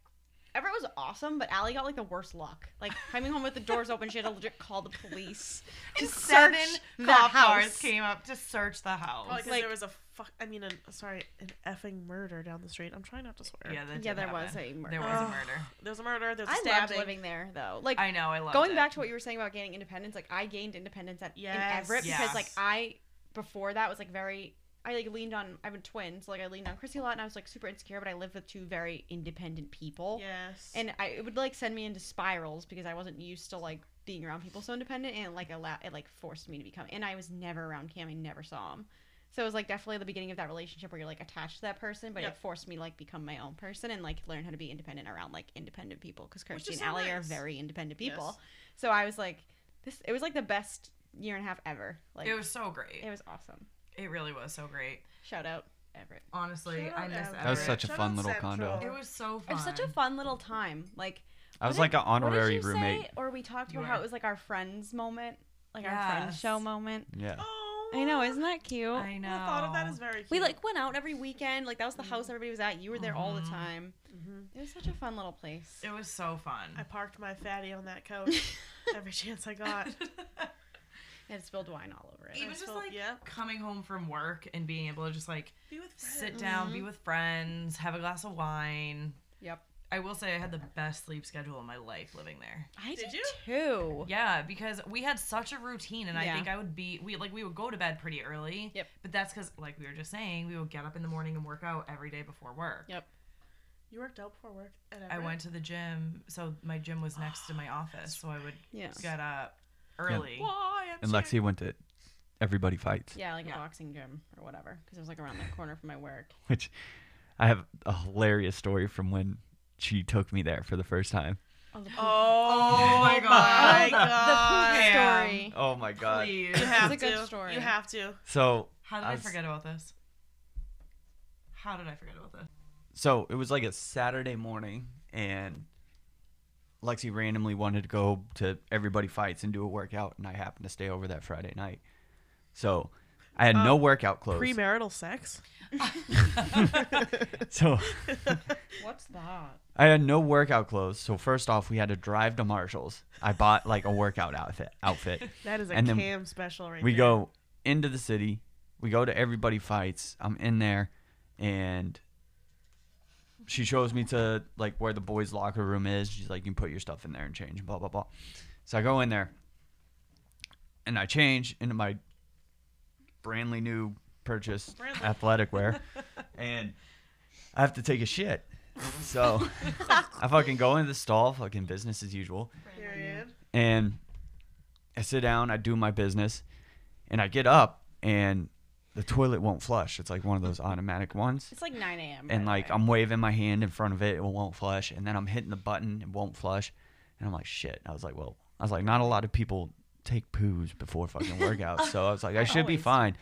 Everett was awesome, but Allie got like the worst luck. Like coming home with the doors open, she had to legit call the police.
And
to
seven
search the
cop
house.
cars came up to search the house.
Probably because
Like-
Oh, there was a fuck. I mean, an, sorry, an effing murder down the street. I'm trying not to swear.
yeah, that
Yeah,
did
there was
happen.
a murder.
There was a
Ugh.
murder.
There's a murder. There's a
I loved
stabbing.
living there though. Like
I know. I love
going back to what you were saying about gaining independence. Like I gained independence at
Yes.
in Everett
Yes.
because like I before that was like very. I like leaned on. I'm a twin, so like I leaned on Chrissy a lot, and I was like super insecure. But I lived with two very independent people.
Yes.
and I, it would like send me into spirals because I wasn't used to like being around people so independent, and it, like allow it like forced me to become. And I was never around Cam; I never saw him, So it was like definitely the beginning of that relationship where you're like attached to that person, but
Yep.
it forced me to, like become my own person and like learn how to be independent around like independent people because
Which
Kirsty
is
and
so
Allie are
nice.
very independent people.
Yes.
So I was like, this. It was like the best year and a half ever. Like
It was so great.
it was awesome.
It really was so great.
Shout out Everett.
Honestly,
Shout
I
out
miss
Everett.
Everett.
That was such a
Shout
fun
out
little condo.
Central.
It was so
It
fun.
was such a fun little time. Like
I was
What
like
did-
an
what did
honorary
you say?
roommate.
or we talked
You
about how
were.
it was like our friends moment, like our friends
Yes.
show moment.
Yeah.
Oh,
I know, isn't that cute?
I know.
The Oh, thought of that is very. Cute.
We like went out every weekend. Like that was the house everybody was at. You were there all the
Mhm.
time. It was such a fun little place.
It was so
Mm-hmm. I
fun.
parked my fatty on that couch every chance I got.
It spilled wine all over it.
Even
I
just
felt-
like
yeah.
coming home from work and being able to just like
Be with
sit
friends.
down, be with friends, have a glass of wine.
Yep.
I will say I had the best sleep schedule in my life living there.
I
Did
did,
you?
too.
Yeah, because we had such a routine, and I
Yeah.
think I would be we like we would go to bed pretty early.
Yep.
But that's because like we were just saying, we would get up in the morning and work out every day before work.
Yep.
You worked out before work. At
I
Everett?
went to the gym, so my gym was next to my office, so I would
Yeah.
get up early.
Why? I'm
And Lexi went to Everybody Fights,
Yeah, like
Yeah.
a boxing gym or whatever, because it was like around the corner from my work.
which I have a hilarious story from when she took me there for the first time.
Oh, the poop,
Oh
my
my
God.
god!
The-
the
the
poop
yeah.
story.
Oh my god.
Please.
You have
a
to.
good story.
You have to.
So
How did
I
I
was-
forget about this? How did I forget about this?
so it was like a Saturday morning and Lexi randomly wanted to go to everybody fights and do a workout and I happened to stay over that Friday night. So I had no workout clothes.
Premarital sex.
so
What's that?
I had no workout clothes. So first off, we had to drive to Marshalls. I bought like a workout outfit outfit.
That is a
And then
cam special right
we
there.
go into the city. We go to everybody fights. I'm in there, and she shows me to like where the boys' locker room is. She's like, "You can put your stuff in there and change." Blah blah blah. So I go in there, and I change into my brandly new purchased
Brandly.
athletic wear, and I have to take a shit. So I fucking go into the stall, fucking business as usual
Period.
and I sit down, I do my business, and I get up, and the toilet won't flush. It's like one of those automatic ones.
It's like 9 a.m. by
And
the
like
way.
I'm waving my hand in front of it, it won't flush. And then I'm hitting the button, it won't flush. And I'm like, shit. I was like, well, I was like, not a lot of people take poos before fucking workouts. so I was like, I should be
Always.
fine.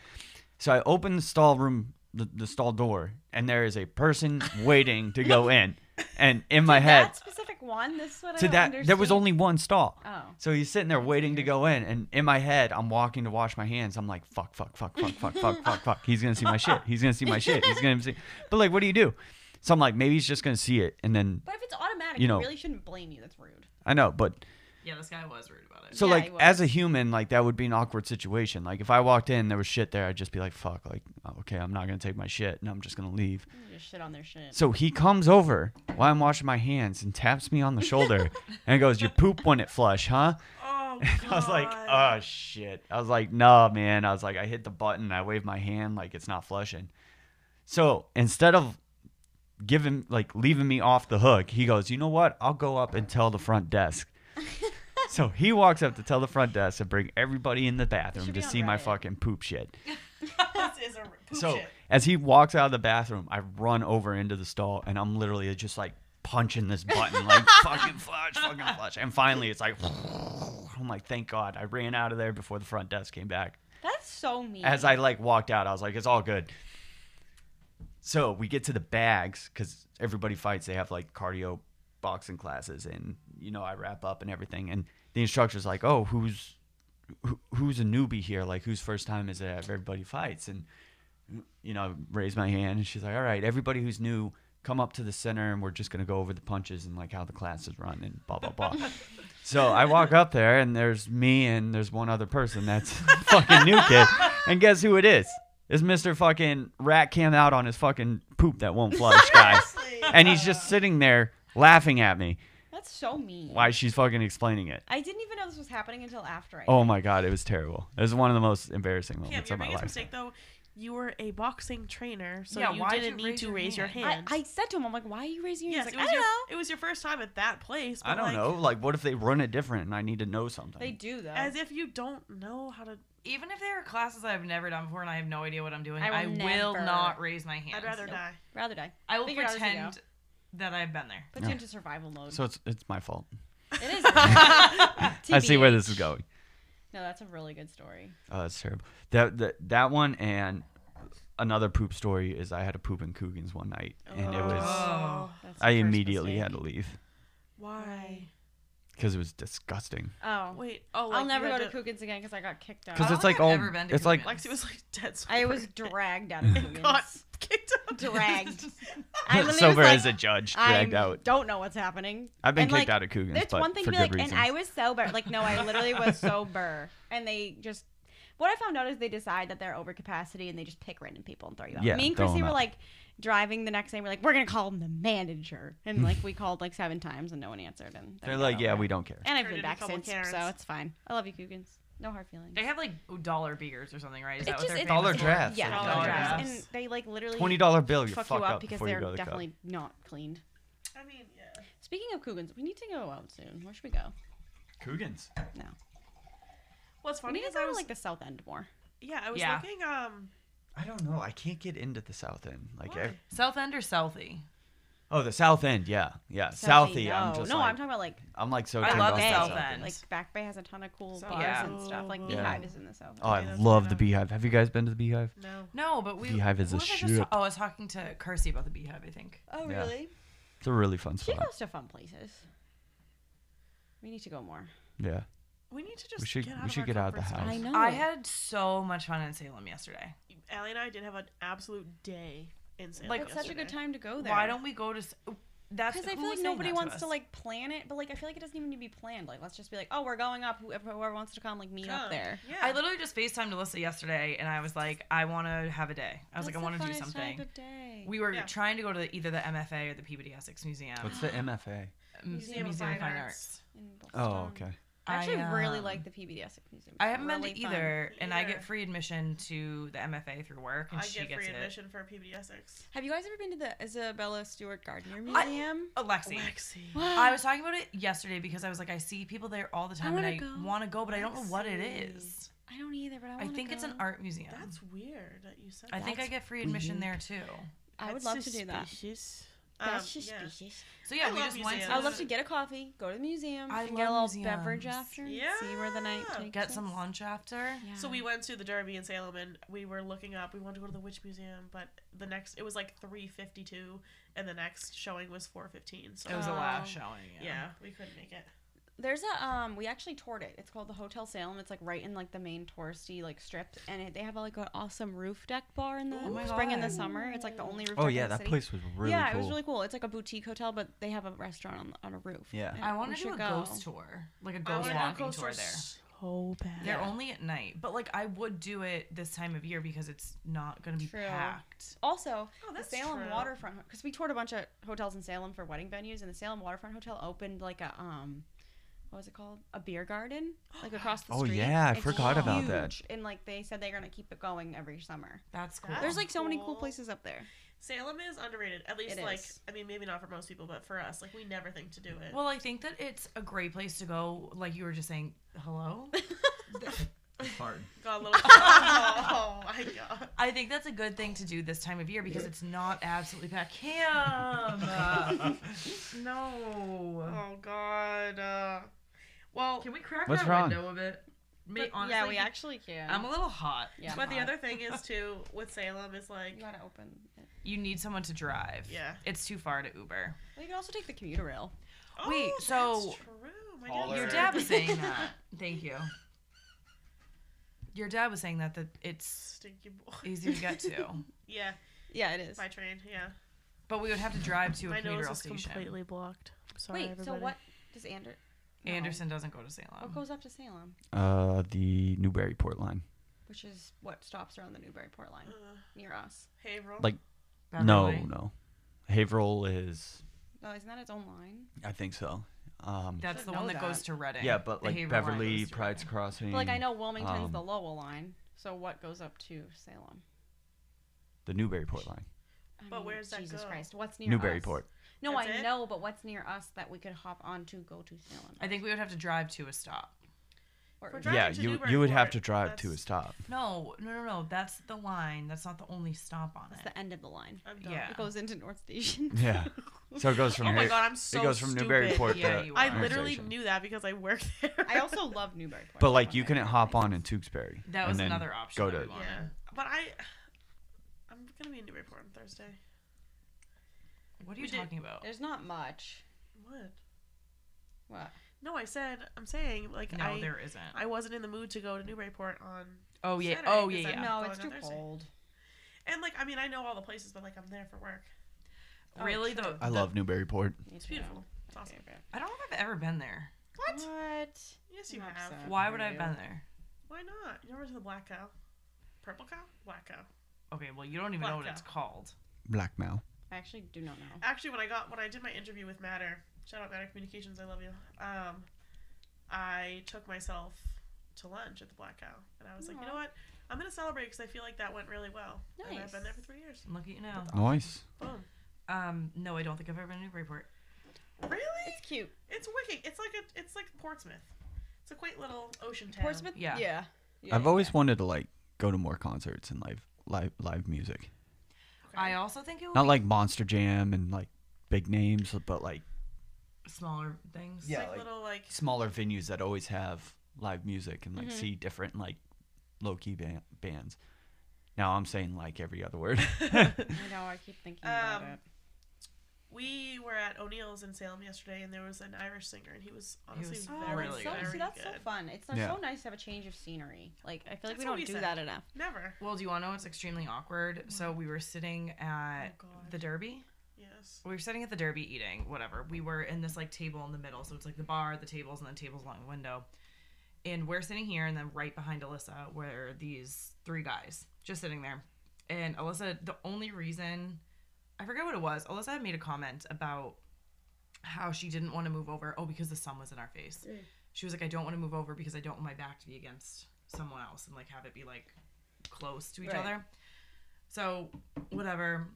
So I open the stall room, the, the stall door, and there is a person waiting to go in. And in my head,
that specific one. This is what I
to
don't
that there was
understand.
only one stall.
Oh.
So he's sitting there waiting to go in, and in my head, I'm walking to wash my hands. I'm like, fuck, fuck, fuck, fuck, fuck, fuck, fuck, fuck. He's gonna see my shit. He's gonna see my shit. He's gonna see. But like, what do you do? So I'm like, maybe he's just gonna see it, and then
But if it's automatic,
You
you
know-
really shouldn't blame you. That's rude.
I know. But
Yeah, this guy was rude about it.
so
Yeah, he
like,
was.
as a human, like that would be an awkward situation. Like if I walked in, there was shit there, I'd just be like, fuck, like oh, okay, I'm not gonna take my shit, and I'm just gonna leave.
You just shit on their shit.
So he comes over while I'm washing my hands and taps me on the shoulder and goes, "Your poop wouldn't flush, huh?"
Oh,
I was like,
God.
oh shit. I was like, nah, man. I was like, I hit the button, I wave my hand like it's not flushing. So instead of giving like leaving me off the hook, he goes, you know what? I'll go up and tell the front desk. so he walks up to tell the front desk and bring everybody in the bathroom
should
to
be on
see my
Reddit.
fucking poop shit.
this is a poop
so oh,
shit.
as he walks out of the bathroom, I run over into the stall and I'm literally just like punching this button, like fucking flush, fucking flush. And finally it's like I'm like, thank God. I ran out of there before the front desk came back.
That's so mean.
As I like walked out, I was like, it's all good. So we get to the bags because everybody fights. They have like cardio boxing classes, and you know I wrap up and everything. And the instructor's like, "Oh, who's who, who's a newbie here? Like, whose first time is it? At everybody fights." And you know, raise my hand, and she's like, "All right, everybody who's new, come up to the center, and we're just gonna go over the punches and like how the classes run and blah blah blah." so I walk up there, and there's me and there's one other person that's fucking new kid, and guess who it is? It's Mr. fucking rat cam out on his fucking poop that won't flush guy, and he's just sitting there laughing at me
That's so mean.
while she's fucking explaining it.
I didn't even know this was happening until after I.
Oh my god, it was terrible. It was one of the most embarrassing
Cam,
moments
your
of my
biggest
life.
mistake though, you were a boxing trainer, so
Yeah,
you
why'd
didn't
you
need
raise
to
your
raise your
I,
hand.
I said to him, I'm like, why are you raising your
yes,
hand? He's
it
like,
was
I don't
your
know.
it was your first time at that place. But
I don't
like,
know. Like, what if they run it different and I need to know something?
They do though.
As if you don't know how to
even if there are classes I've never done before and I have no idea what I'm doing,
I
I
will
will,
never-
not raise my hand.
I'd rather die.
Rather die.
I will
Figure it out as you go.
pretend that I've been there.
Puts you into survival mode.
So it's it's my fault.
it is.
I see where this is going.
No, that's a really good story.
Oh, that's terrible. That that that one and another poop story is I had to poop in Coogan's one night and it was
Oh.
That's the
I
first
immediately
mistake.
had to leave
Why?
because it was disgusting.
Oh,
Wait. Oh, like
I'll
you
never
had
go to
to-
Coogan's again because I got kicked out.
Because
don't
it's
think
like
I've
all
ever been to
it's like
Coogan's.
Lexi was like dead. Sober.
I was dragged out of Coogan's.
got kicked out.
Dragged. literally was
sober
like,
as a judge dragged
I
out.
don't know what's happening.
I've been
And,
kicked
like,
out of Coogan's,
That's
but
one thing
for
to be
good
like,
reasons.
and I was sober. Like, no, I literally was sober. And they just, what I found out is they decide that they're over capacity and they just pick random people and throw you out.
Yeah,
Me and
throw
Chrissy
'em
were
out.
like driving the next day. We're like, we're gonna call him the manager, and like we called like seven times and no one answered. And then
They're
got
like, yeah,
over
we
it.
don't care.
And I've
Turned
been
into a
back
couple
since,
Karens.
so it's fine. I love you, Coogans. No hard feelings.
They have like dollar beers or something, right? Is that
It's
what
just- it's-
they're famous
Dollar
for?
drafts.
yeah,
Dollar
dollar
drafts.
drafts. and they like literally
Twenty dollar bill, you
fuck
fuck,
you up
up
because
before you
they're
go to the cup.
definitely not cleaned.
I mean, yeah.
Speaking of Coogans, we need to go out soon. Where should we go?
Coogan's.
No,
Well, it's
we
funny
need to
because
go
I
to
was
like the South End more.
yeah, I was
Yeah.
looking um
I don't know. I can't get into the South End. Like,
Why?
ev-
South End or Southie?
oh, the South End. Yeah, yeah.
Southie,
Southie. I'm
no.
just
no,
like,
I'm talking about like
I'm like so.
I
turned
love
off
the
by
Bay.
South
South End.
End.
Like Back Bay has a ton of cool
South
bars
End.
and stuff. Like
Yeah.
Beehive is in the South.
Oh, I
Okay, that's
love
good.
the Beehive. Have you guys been to the Beehive?
no.
No, but we.
Beehive is
who
a
was I just
shit.
ta- oh, I was talking to Kersey about the Beehive. I think.
Oh,
Yeah. really? It's a really fun
She
spot.
goes to fun places. We need to go more.
Yeah,
We need to just
should-
get out
we
of
should
our
get out of the
comfort
house.
zone.
I
know.
I had so much fun in Salem yesterday.
Allie and I did have an absolute day in Salem.
Like,
It's such a good
yesterday.
time to go there.
Why don't we go to? s- That's
Because I
who
feel
was
like
saying
nobody
that
wants to,
us?
like plan it, but like I feel like it doesn't even need to be planned. Like let's just be like, oh, we're going up. Whoever, whoever wants to come, like meet
Come.
up there.
Yeah.
I literally just Facetimed Alyssa yesterday, and I was like, I want to have a day. I was like, I want to do something. We were
Yeah.
trying to go to either the MFA or the Peabody Essex Museum.
what's the MFA?
M-
Museum of Fine Arts.
Um,
Oh, okay.
I actually really
um,
like the PBD Essex Museum.
I
It's
haven't
really
been to
fun.
either, and I
Either.
get free admission to the MFA through work, and
I
she
get free
gets it.
admission for PBD Essex.
Have you guys ever been to the Isabella Stewart Gardner
I-
Museum?
Alexi.
Lexi.
Oh, I was talking about it yesterday because I was like, I see people there all the time,
wanna
and
go.
I want to go, but I don't know what it
Lexi.
is.
I don't either, but I,
I
wanna
think it's an
go.
art museum.
That's weird that you said.
I think I
that's
get free admission there too.
I would love to do that.
Um,
Um,
That's suspicious.
So yeah,
I
we
love
just went.
museums.
To
I'd love to get a coffee, go to the museum,
I
and get a little
love
beverage
museums.
after, and see where the night
Yeah.
takes
get some
us.
lunch after.
Yeah.
So we went to the Derby in Salem, and we were looking up. We wanted to go to the Witch Museum, but the next it was like three fifty two, and the next showing was four fifteen. So
It was a
Oh.
last showing.
yeah. we couldn't make it.
There's a um we actually toured it. It's called the Hotel Salem. It's like right in like the main touristy like strip and it, they have like an awesome roof deck bar in the
Oh my
spring and the
God.
summer. It's like the only roof
Oh
deck
yeah,
in the
that
city.
place was really
yeah,
cool.
it was really cool. It's like a boutique hotel but they have a restaurant on, on a roof.
Yeah.
And
I
we
want to do
should
a
go.
ghost tour, like a
I
ghost
wanna do a
walking
ghost
tour there.
so bad.
They're
Yeah.
only at night, but like I would do it this time of year because it's not gonna be
True.
packed.
Also,
Oh,
the
that's
Salem
true.
waterfront because we toured a bunch of hotels in Salem for wedding venues, and the Salem waterfront hotel opened like a um, what was it called? A beer garden, like across the
Oh,
street.
yeah, I forgot about
huge,
that.
And like they said, they're gonna keep it going every summer.
That's cool.
That's
There's like so many cool
cool.
places up there.
Salem is underrated. At least
It
like
is.
I mean maybe not for most people, but for us, like we never think to do it.
well, I think that it's a great place to go. Like you were just saying, hello.
Got a little. oh my god.
I think that's a good thing to do this time of year because it's not absolutely packed. Cam, no.
Oh god. Uh, well,
Can we crack
What's
that
wrong?
window a bit? Me,
But,
honestly,
yeah, we actually can.
I'm a little hot.
yeah,
but the
hot.
other thing is too with Salem is like
you gotta open. It.
You need someone to drive.
Yeah.
It's too far to Uber.
Well, you can also take the commuter rail.
oh,
Wait,
that's
so-
true. My
Taller.
Your
said-
dad was saying that. Thank you. Your dad was saying that that it's
stinky boy.
easier to get to,
Yeah,
Yeah, it is.
by train. Yeah,
but we would have to drive to a
my nose
commuter
is
station.
completely blocked. I'm sorry,
Wait, so
everybody.
what does Ander? no.
Anderson doesn't go to Salem.
What goes up to Salem?
Uh, the Newburyport line.
Which is what stops around the Newburyport line
Uh,
near us.
Haverhill.
Like, No,
Beverly.
no. Haverhill is,
Oh, isn't that its own line?
I think so. Um,
That's
Should
the
know
one that,
that.
goes to Reading.
yeah, but
The
like
Haverhill line
Beverly,
goes to
Pride's
Reading.
Crossing.
But, like I know Wilmington's
um,
the Lowell line, so what goes up to Salem?
the Newburyport line.
I
But where's that
Jesus
go?
Christ, what's near
Newburyport.
us? No,
That's
I
it?
know, but what's near us that we could hop on to go to Salem?
I think we would have to drive to a stop.
Or
For
Uber.
driving
yeah,
to
you
Newburyport,
you would have to drive to a
that's-
stop.
No, no, no, no. That's the line. That's not the only stop on
That's
it.
the end of the line.
I'm done.
Yeah.
It goes into North Station.
Yeah. So it goes from
Oh
here.
my god, I'm so
it goes from
stupid.
Newburyport
Yeah,
to.
you
I
are.
literally
Station.
knew that because I worked there.
I also love Newburyport.
But like you couldn't hop on in Tewksbury.
That
and
was
then
another option.
Go
that
to.
we wanted.
Yeah, but I, I'm gonna be in Newburyport on Thursday.
What are you
We did-
talking about?
There's not much.
What?
What?
No, I said I'm saying like
No,
I
there isn't.
I wasn't in the mood to go to Newburyport on
oh yeah.
Saturday,
Oh
'cause
yeah.
I'm
yeah.
not-
No,
going
it's
on
too
Thursday.
cold.
and like I mean I know all the places but like I'm there for work.
Oh,
really
true.
though.
I love Newburyport.
It's beautiful. It's awesome.
I don't know if I've ever been there.
What?
What? Yes, you
I'm
have.
upset.
Why would I
you.
have been there?
Why not? You ever went to the Black Cow? Purple Cow? Black Cow.
Okay, well you don't even know what
Blackout.
it's called.
Blackmail.
I actually do not know.
Actually, when I got when I did my interview with Matter, shout out Matter Communications, I love you. Um, I took myself to lunch at the Black Cow, and I was like, you know
Aw.
what? I'm gonna celebrate because I feel like that went really well. And I've been there for
Nice.
three years.
Look at you now.
Nice.
Boom.
Um, no, I don't think I've ever been to Newburyport.
Really?
It's cute.
It's wicked. It's like a it's like Portsmouth. It's a quaint little ocean town.
Portsmouth.
Yeah.
Yeah.
I've always wanted to like go to more concerts and live live live music.
Okay.
I also think it would
Not
be
like Monster Jam and like big names, but like
smaller things.
It's
Yeah,
like,
like-
little like
smaller venues that always have live music and like
Mhm.
see different like low key ban- bands. Now I'm saying like every other word.
I know. I keep thinking about
Um,
it.
we were at O'Neill's in Salem yesterday, and there was an Irish singer, and he was honestly
was
Oh,
very,
really
so,
very
see, that's
good.
so fun. It's so,
Yeah.
so nice to have a change of scenery. Like I feel like
That's
we
what
don't
we
do
said.
that enough.
Never.
Well, do you want to know what's extremely awkward? So we were sitting at
Oh, God.
the Derby.
Yes.
We were sitting at the Derby eating, whatever. We were in this like table in the middle. So it's like the bar, the tables, and then tables along the window. And we're sitting here, and then right behind Alyssa were these three guys just sitting there. And Alyssa, the only reason I forget what it was, Alyssa had made a comment about how she didn't want to move over. Oh, because the sun was in our face. She was like, I don't want to move over because I don't want my back to be against someone else and like have it be like close to each
Right.
other. So, whatever.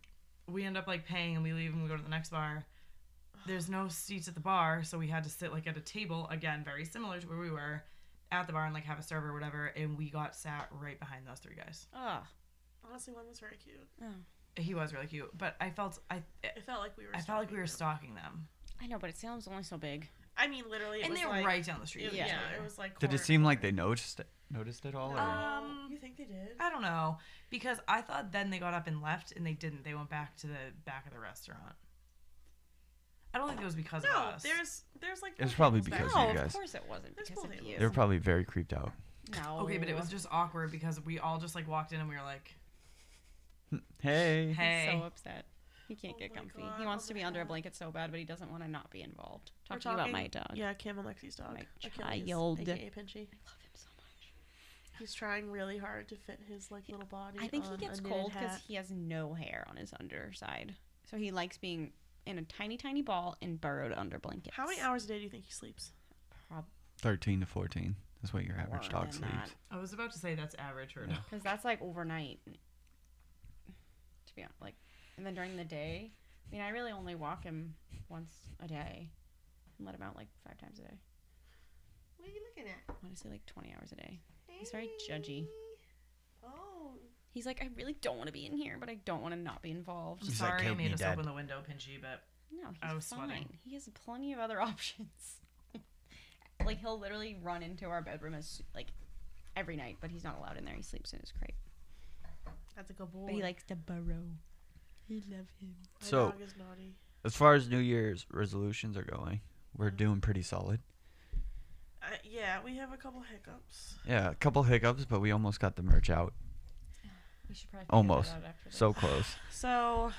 We end up like paying and we leave and we go to the next bar. There's no seats at the bar, so we had to sit like at a table, again, very similar to where we were at the bar and like have a server or whatever. And we got sat right behind those three guys.
Oh,
Honestly, one was very cute.
He was really cute, but I felt, I,
It felt like we were.
I felt like we were
stalking
stalking them.
I know, but it sounds only so big.
them. I mean, literally. It
and
was
they were
like,
right down the street.
It,
from
yeah.
each other.
It was like.
Did it
corner
seem
to
like they
corner.
noticed it, noticed it all? Or?
Uh,
Um,
you think they did?
I don't know because I thought then they got up and left, and they didn't. They went back to the back of the restaurant. I don't think it was because of
No,
us.
there's there's like.
It was
pool
probably
tables back
because
No,
you
there.
guys-
of course it wasn't
There's
because of
pool
you.
tables.
they were probably very creeped out.
No.
okay, but it was just awkward because we all just like walked in and we were like,
Hey.
He's
"Hey,
so upset. He can't
Oh
get
my
comfy.
God,
He wants
oh
to be
my
under a
God.
blanket so bad, but he doesn't want to not be involved.
We're
Talking, about my dog.
Yeah, Cam and Lexi's dog.
My
Achilles,
child.
AKA Pinchy.
I love him so much.
He's trying really hard to fit his like little body.
I think he
on
gets
a knitted
cold because
hat.
he has no hair on his underside, so he likes being in a tiny, tiny ball and burrowed under blankets.
How many hours a day do you think he sleeps?
Probably
13 to 14. That's what your average
More
dog
than
sleeps.
that.
I was about to say that's average or no."
because that's like overnight. To be honest, like, and then during the day, I mean, I really only walk him once a day, and let him out like five times a day.
What are you looking at?
Honestly, like twenty hours a day. He's very judgy.
Oh,
He's like, I really don't want to be in here, but I don't want to not be involved.
He's like,
Sorry, I
"Help
made
me,
us
Dad."
open the window, Pinchy, but
No, he's
I was
fine.
sweating.
He has plenty of other options. like he'll literally run into our bedroom as like every night, but he's not allowed in there. He sleeps in his crate.
that's a good boy.
But he likes to burrow. We love him.
My
So-
dog is naughty.
As far as New Year's resolutions are going, we're
Mm-hmm.
doing pretty solid.
Uh, yeah, we have a couple hiccups.
Yeah, a couple hiccups, but we almost got the merch out.
We should probably figure that
Almost.
out after this.
So close.
So,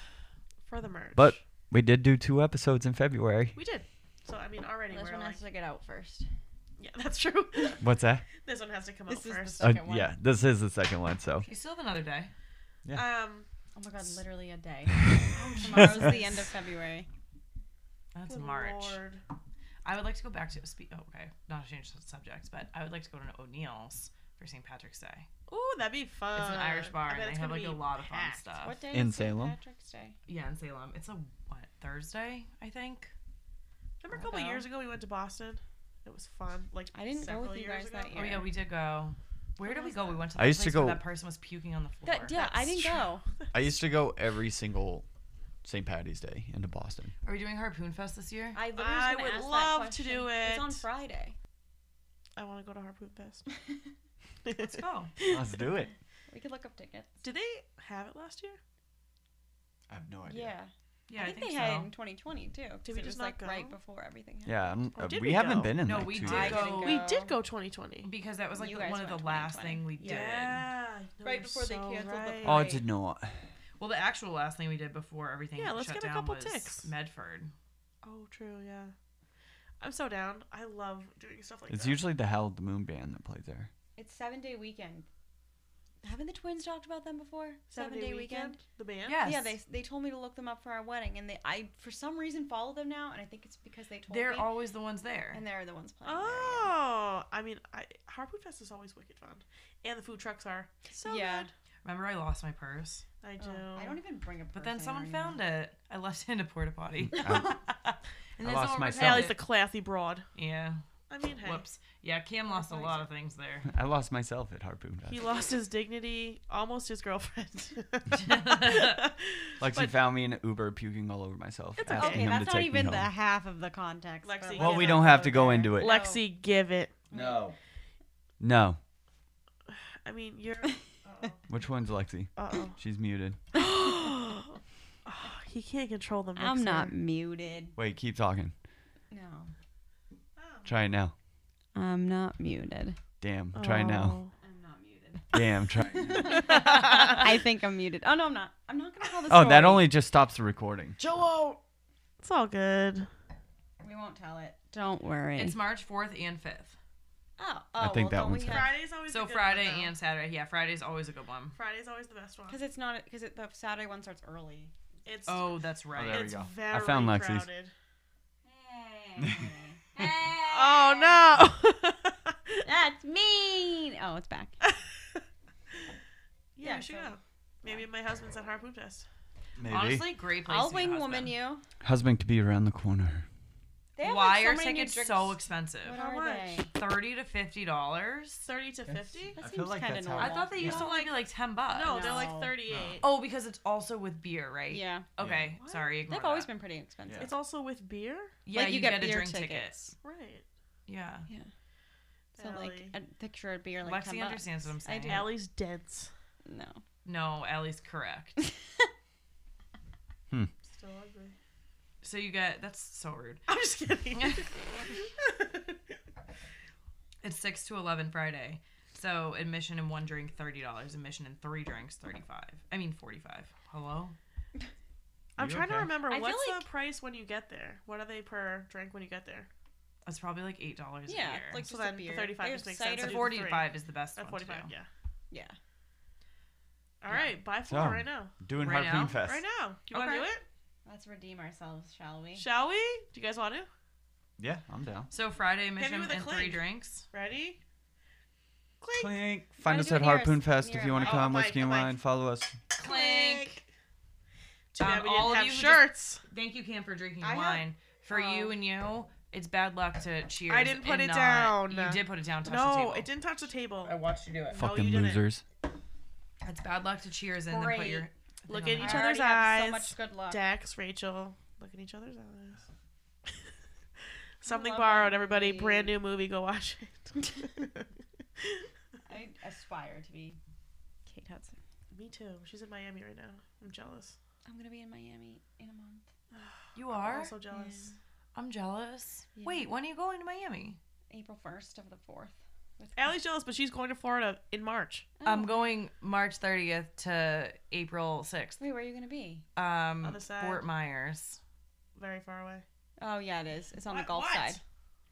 for the merch,
But we did do two episodes in February.
we did. So I mean, already
this
we're
one
like,
has to get out first.
yeah, that's true.
What's that?
this one has to come
This
out
is the
first.
Uh,
Second one.
yeah, this is the second one, so.
you still have another day.
Um,
Oh my god,
S-
literally a day. Tomorrow's the end of February.
That's
good
March.
Lord.
I would like to go back to spe- oh, okay, not to change the subject, but I would like to go to an O'Neill's for St. Patrick's Day.
Ooh, that'd be fun.
It's an Irish bar,
Uh, I bet
and
it's
they have
gonna
like a
be
lot of fun
packed.
stuff.
What day
In
is St.
Salem?
Patrick's Day?
Yeah, in Salem. It's a what Thursday, I think.
Remember a couple
Okay.
years ago we went to Boston? It was fun. Like
I didn't go
several
with you guys
years ago.
that
Oh yeah,
year.
we did go. Where did we go? We went to.
I
that
used to
place where
go-
That person was puking on the floor.
That, yeah, I didn't go.
I used to go every single St. Patty's Day into Boston.
Are we doing Harpoon Fest this year?
I, literally was
I
gonna
would
ask that
love to
question.
do
It's on
it.
Friday.
I want to go to Harpoon Fest.
Let's go.
Let's do it.
We could look up tickets.
Did they have it last year?
I have no idea.
Yeah,
Yeah, I, think,
they
so.
had it in 2020 too. 'cause
we
it
just
was
not
like
go?
right before everything. Happened.
Yeah, I'm-
Or
uh,
did
we
we
haven't
go?
been in
No,
like
we
two
did
years.
I didn't
go.
We
go.
did go 2020.
because that was like
You
the,
guys
one of
went
the last
2020.
thing we did.
No,
Right
you're
before they canceled the
right.
Oh,
flight.
it did not.
Well, the actual last thing we did before everything
Yeah, let's
shut
get a
down
couple
was
ticks.
Medford.
Oh, true. Yeah. I'm so down. I love doing stuff like
It's
that.
usually the Hell of the Moon band that plays there.
It's seven day weekend. Haven't the twins talked about them before? Seven, day, weekend.
The band.
Yeah.
Yeah,
Yes.
they they told me to look them up for our wedding, and they I for some reason follow them now, and I think it's because they told
They're
me.
always the ones there.
and they're the ones playing. there, yeah.
Oh, I mean, I Harpoon Fest is always wicked fun, and the food trucks are so
Yeah.
good.
Remember, I lost my purse,
I do.
Oh, I don't even bring a.
but then someone found it. I left it in a porta potty. and then
lost
someone
my
returned
Sally's
it.
the classy broad.
Yeah.
I mean, hey,
Whoops. Yeah, Cam lost a lot of things there.
I lost myself at Harpoon Fest.
he lost his dignity, almost his girlfriend.
Lexi
but-
found me in an Uber puking all over myself.
It's
asking
okay,
him to take me home.
half of the context.
Lexi,
but
Well,
let's
we
not
don't have to go into
there.
it.
Lexi, give it.
No. No.
I mean, you're.
Which one's Lexi?
Uh
She's muted.
oh. he can't control the mixer.
I'm not muted.
Wait, keep talking.
No,
Try it now.
I'm not muted.
Damn, try it now.
Oh.
I'm not muted.
Damn, try. it now.
I think I'm muted. Oh no, I'm not. I'm not gonna tell the
Oh,
story.
that only just stops the recording.
It's all good.
We won't tell it. Don't worry.
It's March 4th and 5th.
oh, oh,
I think that
well, don't we
one's
have-
Friday's always
So
the good
Friday
one, though.
and Saturday. Yeah, Friday's always a good one.
Friday's always the best one.
Because it's not because it, the Saturday one starts early.
It's
Oh, that's right.
there we
it's
go. I
very
found Lexi's.
crowded.
Hey.
Oh no.
That's mean. Oh, it's back.
yeah,
Yeah,
we should
so-
go. Maybe my husband's at Harpoon Fest.
Maybe.
Honestly, great place.
I'll
to meet a
wing
husband.
woman you.
Husband could be around the corner.
They have,
Why
like, so
are
many new
tickets
drinks.
so expensive?
What
How
are
much?
they?
Thirty to fifty dollars.
Thirty to fifty?
That
I feel
seems
like
kind of
that's how-
normal.
I thought they used to
No.
only be like ten bucks.
No, they're like
No.
thirty-eight.
Oh, because it's also with beer, right?
Yeah,
Okay.
What?
Sorry. Ignore
they've always
that.
been pretty expensive.
It's also with beer,
Yeah,
like,
you,
you
get,
get
a
beer
drink
tickets.
ticket.
right?
Yeah.
So like
Allie.
a picture of beer like
Lexi
10 bucks.
understands what I'm saying.
do.
Allie's dense.
No.
No, Allie's correct.
Still ugly.
so you get that's so rude.
I'm just kidding.
It's six to eleven Friday. So admission and one drink thirty dollars. Admission and three drinks thirty five. I mean forty five. Hello.
I'm
You
trying to
okay?
remember
I feel
what's
like-
the price when you get there. What are they per drink when you get there?
It's probably like eight dollars a
Yeah,
year.
like
So
just a
then the
beer.
35
They
just
have
makes sense.
cider.
do the
forty five is the best
At
one. to
forty-five,
do.
yeah.
Yeah.
All right, buy four
So-
right now.
Doing
Right
Harpoon
now?
Fest.
Right now, you want to
Okay.
do it?
Let's redeem ourselves, shall we?
Shall we? Do you guys want to?
Yeah, I'm down.
So Friday admission
with a
and three
clink.
drinks.
Ready? Clink.
Clink. Find
Gotta
us
do
at
it near
Harpoon
us-
Fest
near
if you want
a
to
mic.
come.
Oh, a
Whiskey and
mic, a mic.
wine. Follow us.
Clink.
Too
Um,
bad we
all
didn't
of
have
you who
shirts.
Thank you, Cam, for drinking
I have-
wine. for you
Oh.
and you, it's bad luck to cheers.
I didn't put
and
it
not-
down.
You did put it down. Touch the
No,
table.
it didn't touch the table.
watched you do it.
No, you
Fucking
didn't.
losers.
It's bad luck to cheers and then put
Great.
your.
Look
thing
at
on
each
there.
I already
other's
have so
eyes.
much good luck.
Dax, Rachel, look at each other's eyes. Something
love
borrowed,
that
everybody.
movie.
Brand new movie. Go watch it.
I aspire to be Kate Hudson.
Me too. She's in Miami right now. I'm jealous.
I'm gonna be in Miami in a month.
You
I'm
are.
also jealous.
I'm jealous.
Yeah.
Wait, when are you going to Miami?
April first of the fourth. With
Allie's jealous, but she's going to Florida in March.
Oh.
I'm going March 30th to April 6th.
Wait, where are you gonna be?
Um,
Other side.
Fort Myers.
Very far away.
Oh yeah, it is. It's on
What-
the Gulf
what?
side.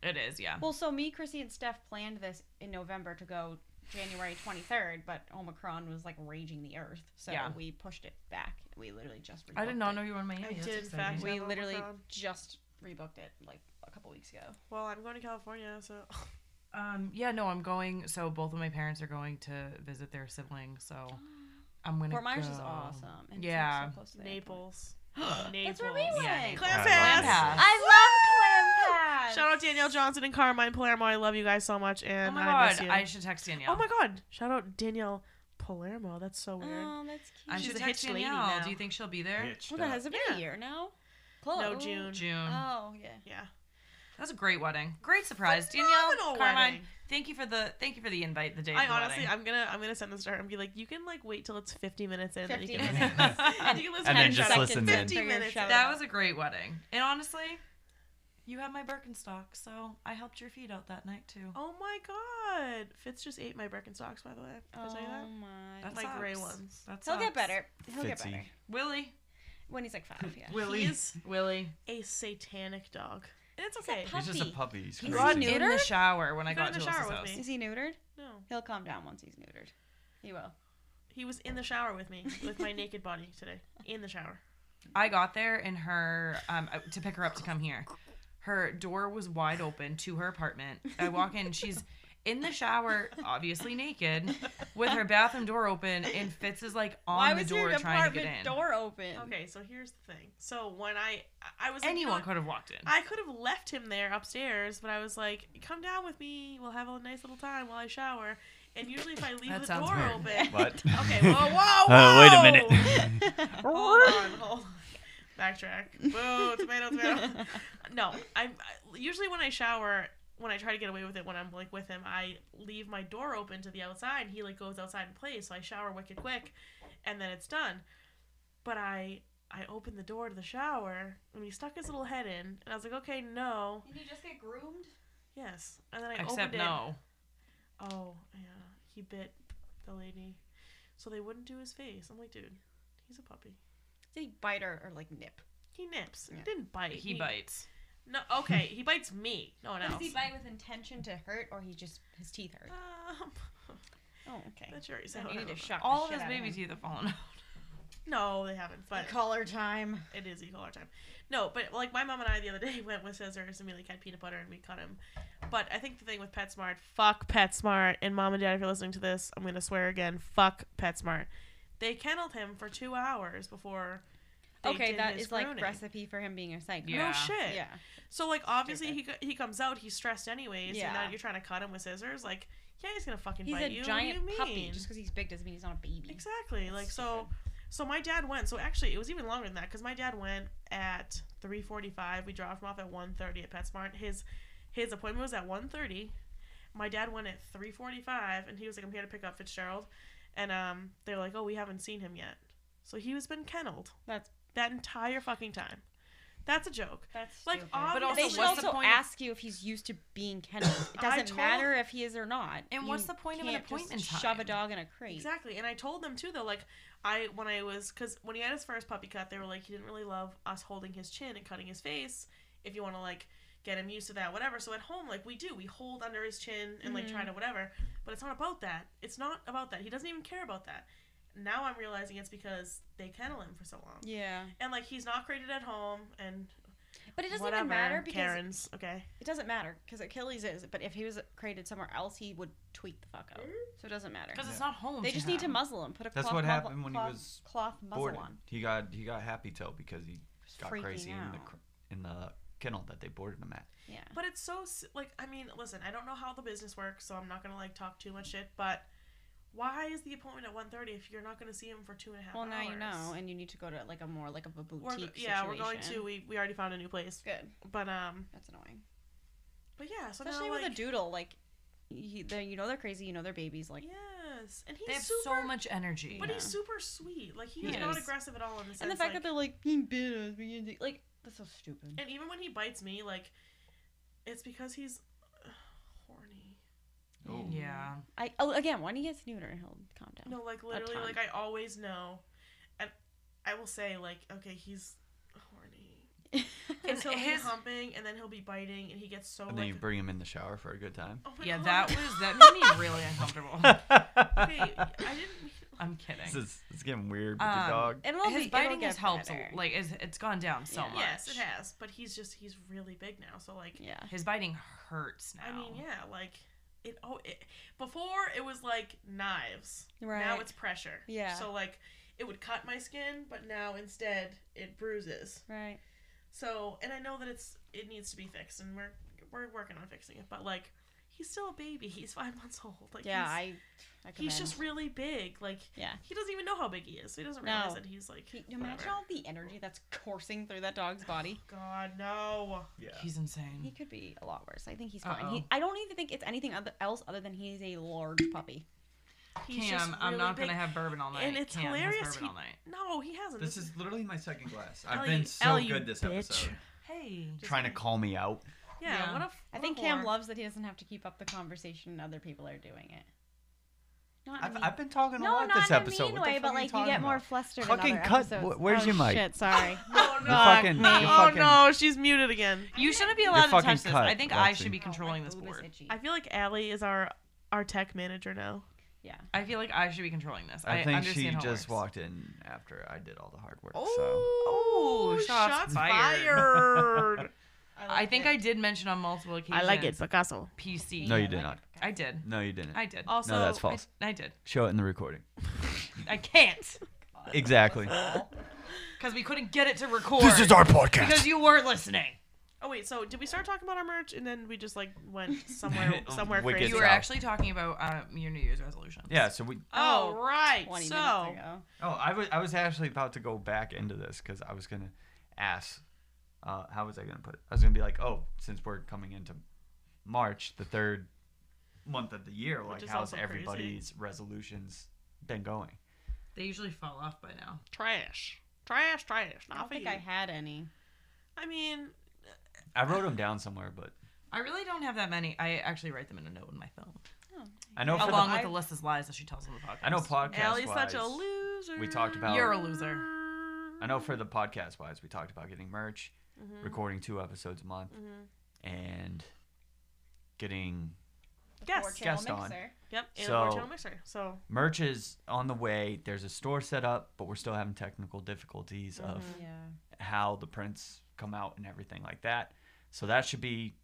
It is, yeah.
Well, so me, Chrissy, and Steph planned this in November to go January 23rd, but Omicron was like raging the earth, so
Yeah.
we pushed it back. We literally just. Rebooked
I did not
it.
know you were in Miami.
I
That's
did, in
exciting.
fact.
We
have
literally
Omicron.
just rebooked it like a couple weeks ago.
Well, I'm going to California, so
Um, yeah, no, I'm going. So both of my parents are going to visit their siblings. So Oh, I'm gonna.
Fort Myers is
go.
awesome. And it's, like,
Yeah.
so close to the airport.
Naples.
That's where we
Naples.
went.
Yeah, Naples.
Clap
I love
ass.
Clap ass.
I love clam Yes.
Shout out Danielle Johnson and Carmine Palermo. I love you guys so much,
Oh
and
my
I miss
god,
you.
I should text Danielle.
oh my god! Shout out Danielle Palermo. That's so weird.
Mm.
Oh, that's cute.
I
She's
should
a
text
hitch lady
Danielle.
now.
Do you think she'll be there?
Hitched
Well, that
up.
has it been
Yeah.
a year now. Close.
no, June.
June.
Oh, yeah.
Yeah.
that was a great wedding. Great surprise, Danielle.
Phenomenal
Carmine,
wedding.
thank you for the thank you for the invite. The day. of
I
the
honestly,
wedding.
I'm gonna, I'm gonna send this to her and be like, you can like wait till it's 50 minutes in,
50
and you can,
minutes.
and you can listen
And then
to
just
shout out.
listen in.
50 minutes.
that was a great wedding, and honestly, you had my Birkenstock, so I helped your feet out that night too.
Oh my god! Fitz just ate my Birkenstocks, by the way. Did I tell you
Um,
that?
Oh my.
That's
my
sucks.
gray ones.
That
He'll get
sucks.
better. He'll get
Fitzy.
better
Willie.
when he's like five. Yeah.
Willie. He's
Willie.
a satanic dog. And it's
He's a
okay.
pup.
He's just a
puppy.
puppy. He's
He's
crazy.
got
new-
in the
neutered?
shower when I
He
got,
got in
to
the
Alyssa's
shower with
house.
me.
Is he neutered?
No,
He'll calm down once he's neutered. He will.
he was in the shower with me, with my naked body today, in the shower.
I got there and her um I- to pick her up to come here. Her door was wide open to her apartment. I walk in, she's in the shower, obviously naked, with her bathroom door open, and Fitz is like on
Why
the
was
door
your
trying to
apartment
get in.
door open?
Okay, so here's the thing. So when I, I was like, you know
Anyone
what?
could have walked in.
I could have left him there upstairs, but I was like, "Come down with me. We'll have a nice little time while I shower." And usually, if I leave
That
the
sounds
door
weird.
open,
What?
okay, whoa, whoa, whoa!
Uh, wait a minute.
hold on, hold on. Backtrack. Whoa, tomato, tomato. no, I'm I, usually when I shower, when I try to get away with it, when I'm like with him, I leave my door open to the outside. He like goes outside and plays, so I shower wicked quick, and then it's done. But I I opened the door to the shower, and he stuck his little head in, and I was like, okay, no,
Did you just get groomed?
yes, and then I
Except
opened it.
no.
Oh yeah, he bit the lady, so they wouldn't do his face. I'm like, dude, he's a puppy.
Did he bite her or like nip?
He nips.
Yeah.
He didn't bite.
He bites.
No, okay, he bites me. No one else.
Does he bite with intention to hurt or he just his teeth hurt?
Um,
Oh, okay.
the jury's
Then
out.
you
I
need to
don't know.
shock the
All of
shit
his
out
baby
him.
teeth have fallen out.
No, they haven't. But
Collar time.
it is equal our time. No, but like my mom and I the other day went with scissors and we like had peanut butter and we cut him. But I think the thing with PetSmart, fuck PetSmart, and mom and dad, if you're listening to this, I'm gonna swear again, fuck PetSmart. They kenneled him for two hours before. They
okay,
did
that
his
is like
grooming.
recipe for him being a psycho.
Yeah.
No shit.
Yeah.
So like obviously he co- he comes out, he's stressed anyways,
Yeah.
and now you're trying to cut him with scissors. Like yeah, he's gonna fucking
He's
bite
a
you. What do
giant
you
puppy.
mean?
Just because he's big doesn't mean he's not a baby.
Exactly. like so so my dad went. So actually it was even longer than that cuz my dad went at 3:45. We dropped him off at 1:30 at PetSmart. His his appointment was at 1:30. My dad went at 3:45 and he was like I'm here to pick up Fitzgerald and um they were like, "Oh, we haven't seen him yet." So he was been kenneled
That's
that entire fucking time. That's a joke.
that's
Like,
stupid.
obvi- But
also,
they should
what's the
also
point of-
ask you if he's used to being kennel. It
I
doesn't
told-
matter if he is or not.
And
You
what's the point of an
can't just
appointment
Shove a
time?
dog in a crate.
Exactly. And I told them too though like I when I was cuz when he had his first puppy cut, they were like he didn't really love us holding his chin and cutting his face if you want to like get him used to that whatever. So at home like we do, we hold under his chin and like
Mm-hmm.
try to whatever, but it's not about that. It's not about that. He doesn't even care about that. Now I'm realizing it's because they kennel him for so long.
Yeah.
And like he's not created at home and
But it doesn't
whatever,
even matter because
Karen's, okay.
it doesn't matter because Achilles is. But if he was created somewhere else, he would tweak the fuck out. So it doesn't matter.
Because it's not home.
They just need to
him.
muzzle him. Put a
That's
cloth
what
muzzle-
happened when he
cloth,
was
cloth muzzle
Bored.
on.
He got he got happy toe because he
Just
got
freaking
crazy in the
out.
cr- in the kennel that they boarded him at.
Yeah.
But it's so s- like I mean, listen, I don't know how the business works, so I'm not gonna like talk too much shit. But why is the appointment at 1.30 if you're not gonna see him for two and a half?
Well, now
hours?
you know, and you need to go to like a more like of a boutique.
We're,
situation.
yeah, we're going to. We we already found a new place.
Good.
But um,
That's annoying.
but yeah. So
Especially
now,
with
like,
a doodle, like you, they- you know they're crazy, you know they're babies, like,
Yes, and
They
he's
have
super.
so much energy.
But
Yeah.
he's super sweet. Like he,
He
is, not
is.
aggressive at all in the sense.
and the fact
like,
that they're like being bit us, we can do-" like that's so stupid.
and even when he bites me, like it's because he's uh, horny.
Oh.
Yeah.
I oh again, when he gets neutered, he'll calm down.
No, like literally,
ton.
like I always know, and I will say like, okay, he's horny. Because he'll
his-
be humping and then he'll be biting and he gets so
And then
like,
you bring him in the shower for a good time.
oh my
Yeah,
God.
that was that made me really uncomfortable.
okay. I didn't.
I'm kidding.
This is it's getting weird with
Um,
the dog.
and it'll
his
be,
biting
it'll
has
get
helped.
better.
Like is it's gone down so
Yeah.
much.
Yes, it has. But he's just he's really big now. So like,
yeah,
His biting hurts
I
now.
mean, yeah, like it. Oh, it, before it was like knives.
right.
Now it's pressure.
Yeah.
So like, it would cut my skin, but now instead it bruises.
right.
So and I know that it's it needs to be fixed, and we're We're working on fixing it, but like, he's still a baby. He's five months old. Like,
yeah, I.
he's,
I
he's
commend.
just really big. Like,
Yeah.
he doesn't even know how big he is. So he doesn't
No.
realize that he's like.
Can you imagine
whatever.
all the energy that's coursing through that dog's body.
God no.
Yeah.
He's
He
insane.
could be a lot worse. I think he's fine.
Uh-oh.
He, I don't even think it's anything other, else other than he's a large puppy.
He's
Cam,
just
I'm
really
not
big.
gonna have bourbon all night.
And it's
Cam has
hilarious.
bourbon
He,
all night.
no, he hasn't.
This is literally my second glass. I've
Ellie,
been so
Ellie, you
good this
bitch.
episode.
Hey.
Trying to call me out.
yeah.
yeah.
What
I
a. what a
think Cam
whore.
loves that he doesn't have to keep up the conversation. Other people are doing it. Not in a
I've,
mean-
I've been talking a
no,
lot
not
this
in a
episode.
mean
What the
way,
fuck
but
are you
like you
talking
get more
about?
flustered.
Fucking
in other
cut.
Episodes.
Wh- where's
Oh,
your mic?
Shit, sorry.
Oh
You
no.
fucking- you
oh
fucking-
no, she's muted again.
You shouldn't be
You're
allowed to
fucking
touch this.
cut,
I think I
Lexi.
should be controlling
Oh, my
this
boob is
board.
itchy.
I feel like Allie is our our tech manager now.
yeah.
I feel like I should be controlling this. I,
I think
understand
she
how it
just
works.
walked in after I did all the hard work. so
Oh, shots
fired.
I think I did mention on multiple occasions.
I like it, Picasso.
PC.
no, you did not.
I did.
No, you didn't.
I did.
Also,
no, that's
I,
false.
I did.
Show it in the recording.
I can't
Exactly.
because we couldn't get it to record.
our podcast.
because you weren't listening.
Oh wait, so did we start talking about our merch and then we just like went somewhere somewhere
Oh, Wicked
crazy?
You were
out.
actually talking about um, your New Year's resolution.
yeah. So we.
Oh right.
20
so
minutes ago.
Oh, I was I was actually about to go back into this because I was gonna ask. Uh, how was I gonna put? It? I was gonna be like, oh, since we're coming into March, the third month of the year, like
is
how's
also crazy.
everybody's resolutions been going?
They usually fall off by now.
trash, trash, trash.
I
Not
don't
for
think
you.
I had any.
I mean,
I wrote them down somewhere, but
I really don't have that many. I actually write them in a note in my phone,
I know for
along
the,
with Alyssa's lies that she tells on the podcast.
I know podcast
Allie's
wise,
such a loser.
we talked about-
You're a loser.
I know for the podcast wise, we talked about getting merch,
Mm-hmm,
Mm.
recording two episodes a month, and getting
Yes.
Four channel
Guest on.
mixer.
Yep. And
So-
so, channel mixer. So
merch is on the way. There's a store set up, but we're still having technical difficulties of
Yeah.
how the prints come out and everything like that. So that should be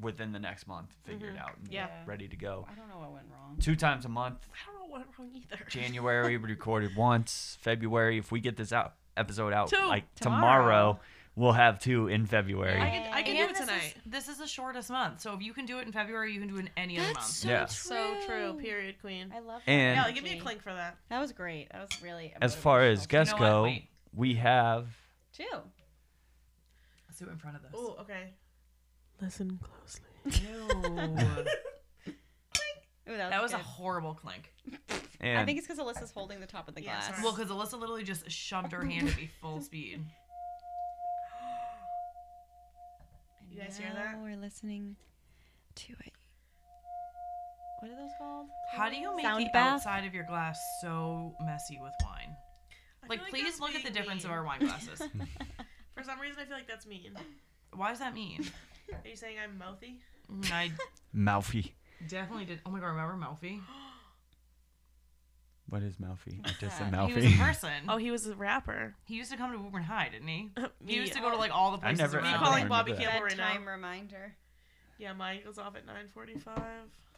within the next month figured out and
Yeah.
ready to go.
I don't know what went wrong.
Two times a month.
I don't know what went wrong either.
January we recorded once. February, if we get this out episode out
Two.
like
Tomorrow.
tomorrow. we'll have two in February.
I can, I can do
And
it
this is-
tonight.
this is the shortest month, so if you can do it in February, you can do it in any other month.
yeah.
So true. Period, queen.
I love
And-
Yeah,
that.
like, give me a
energy.
clink for that.
That was great. That was really
as far as
motivational.
guests
You know what?
go,
Wait.
we have
Two.
Let's do it in front of this.
Oh, okay. Listen closely.
Ooh, that was,
that was a
good.
horrible clink.
and
I think it's because Alyssa's holding the top of the
Yeah,
glass.
sorry.
Well, because Alyssa literally just shoved her hand at me full speed.
You guys hear that?
Now We're listening to it. What are those called?
How do you make
Sound
the
bath?
outside of your glass so messy with wine?
I feel
Like, please
that's
look at the
being
difference of
mean.
our wine glasses.
For some reason, I feel like that's mean.
Why does that mean?
Are you saying I'm mouthy?
Mm, I
Malfi.
definitely did. Oh my god, remember Melfi?
What is Malfi? Just a
He was a
Malfi.
person.
Oh, he was a rapper.
He used to come to Woburn High, didn't he?
Me. uh,
He used to go to like all the
I
places.
never-
around.
Me
I
calling
don't
Bobby
remember
Campbell right now.
Bedtime reminder.
Yeah, mine goes off at 9:45.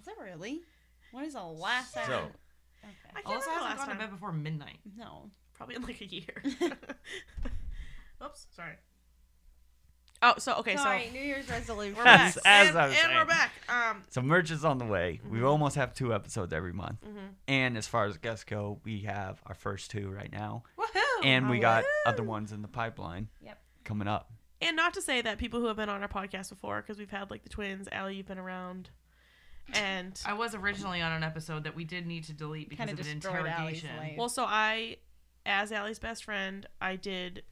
Is that really? When is the last time?
So-
I
Okay.
can't
Alyssa
remember
Oh, hasn't
last
gone to
time.
bed before midnight.
No.
Probably in like a year. Oops, sorry. Oh, so okay,
Sorry,
so
New Year's resolution.
we're
As-
back.
as
and
I was
and we're
saying.
back. Um,
So merch is on the way. We almost have two episodes every month.
Mhm.
And as far as guests go, we have our first two right now,
Woohoo!
and we got
Woohoo.
other ones in the pipeline
Oh, Yep.
coming up.
and not to say that people who have been on our podcast before, because we've had like the twins. Allie, you've been around, and
I was originally on an episode that we did need to delete because
Kinda
of an
destroyed Allie's
interrogation.
life.
Well, so I, as Allie's best friend, I did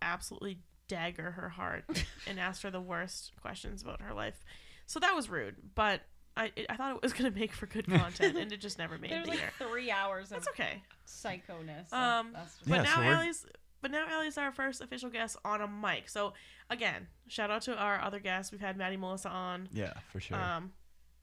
absolutely dagger her heart and asked her the worst questions about her life. So that was rude, but I it, I thought it was gonna make for good content, and it just never made
There's
it
like
either.
three hours of
That's okay.
psychoness.
Um,
That's-
But
Yeah,
now
so we're-
Allie's. But now Allie's our first official guest on a mic. So again, shout out to our other guests. We've had Maddie Melissa on.
Yeah, for sure.
Um,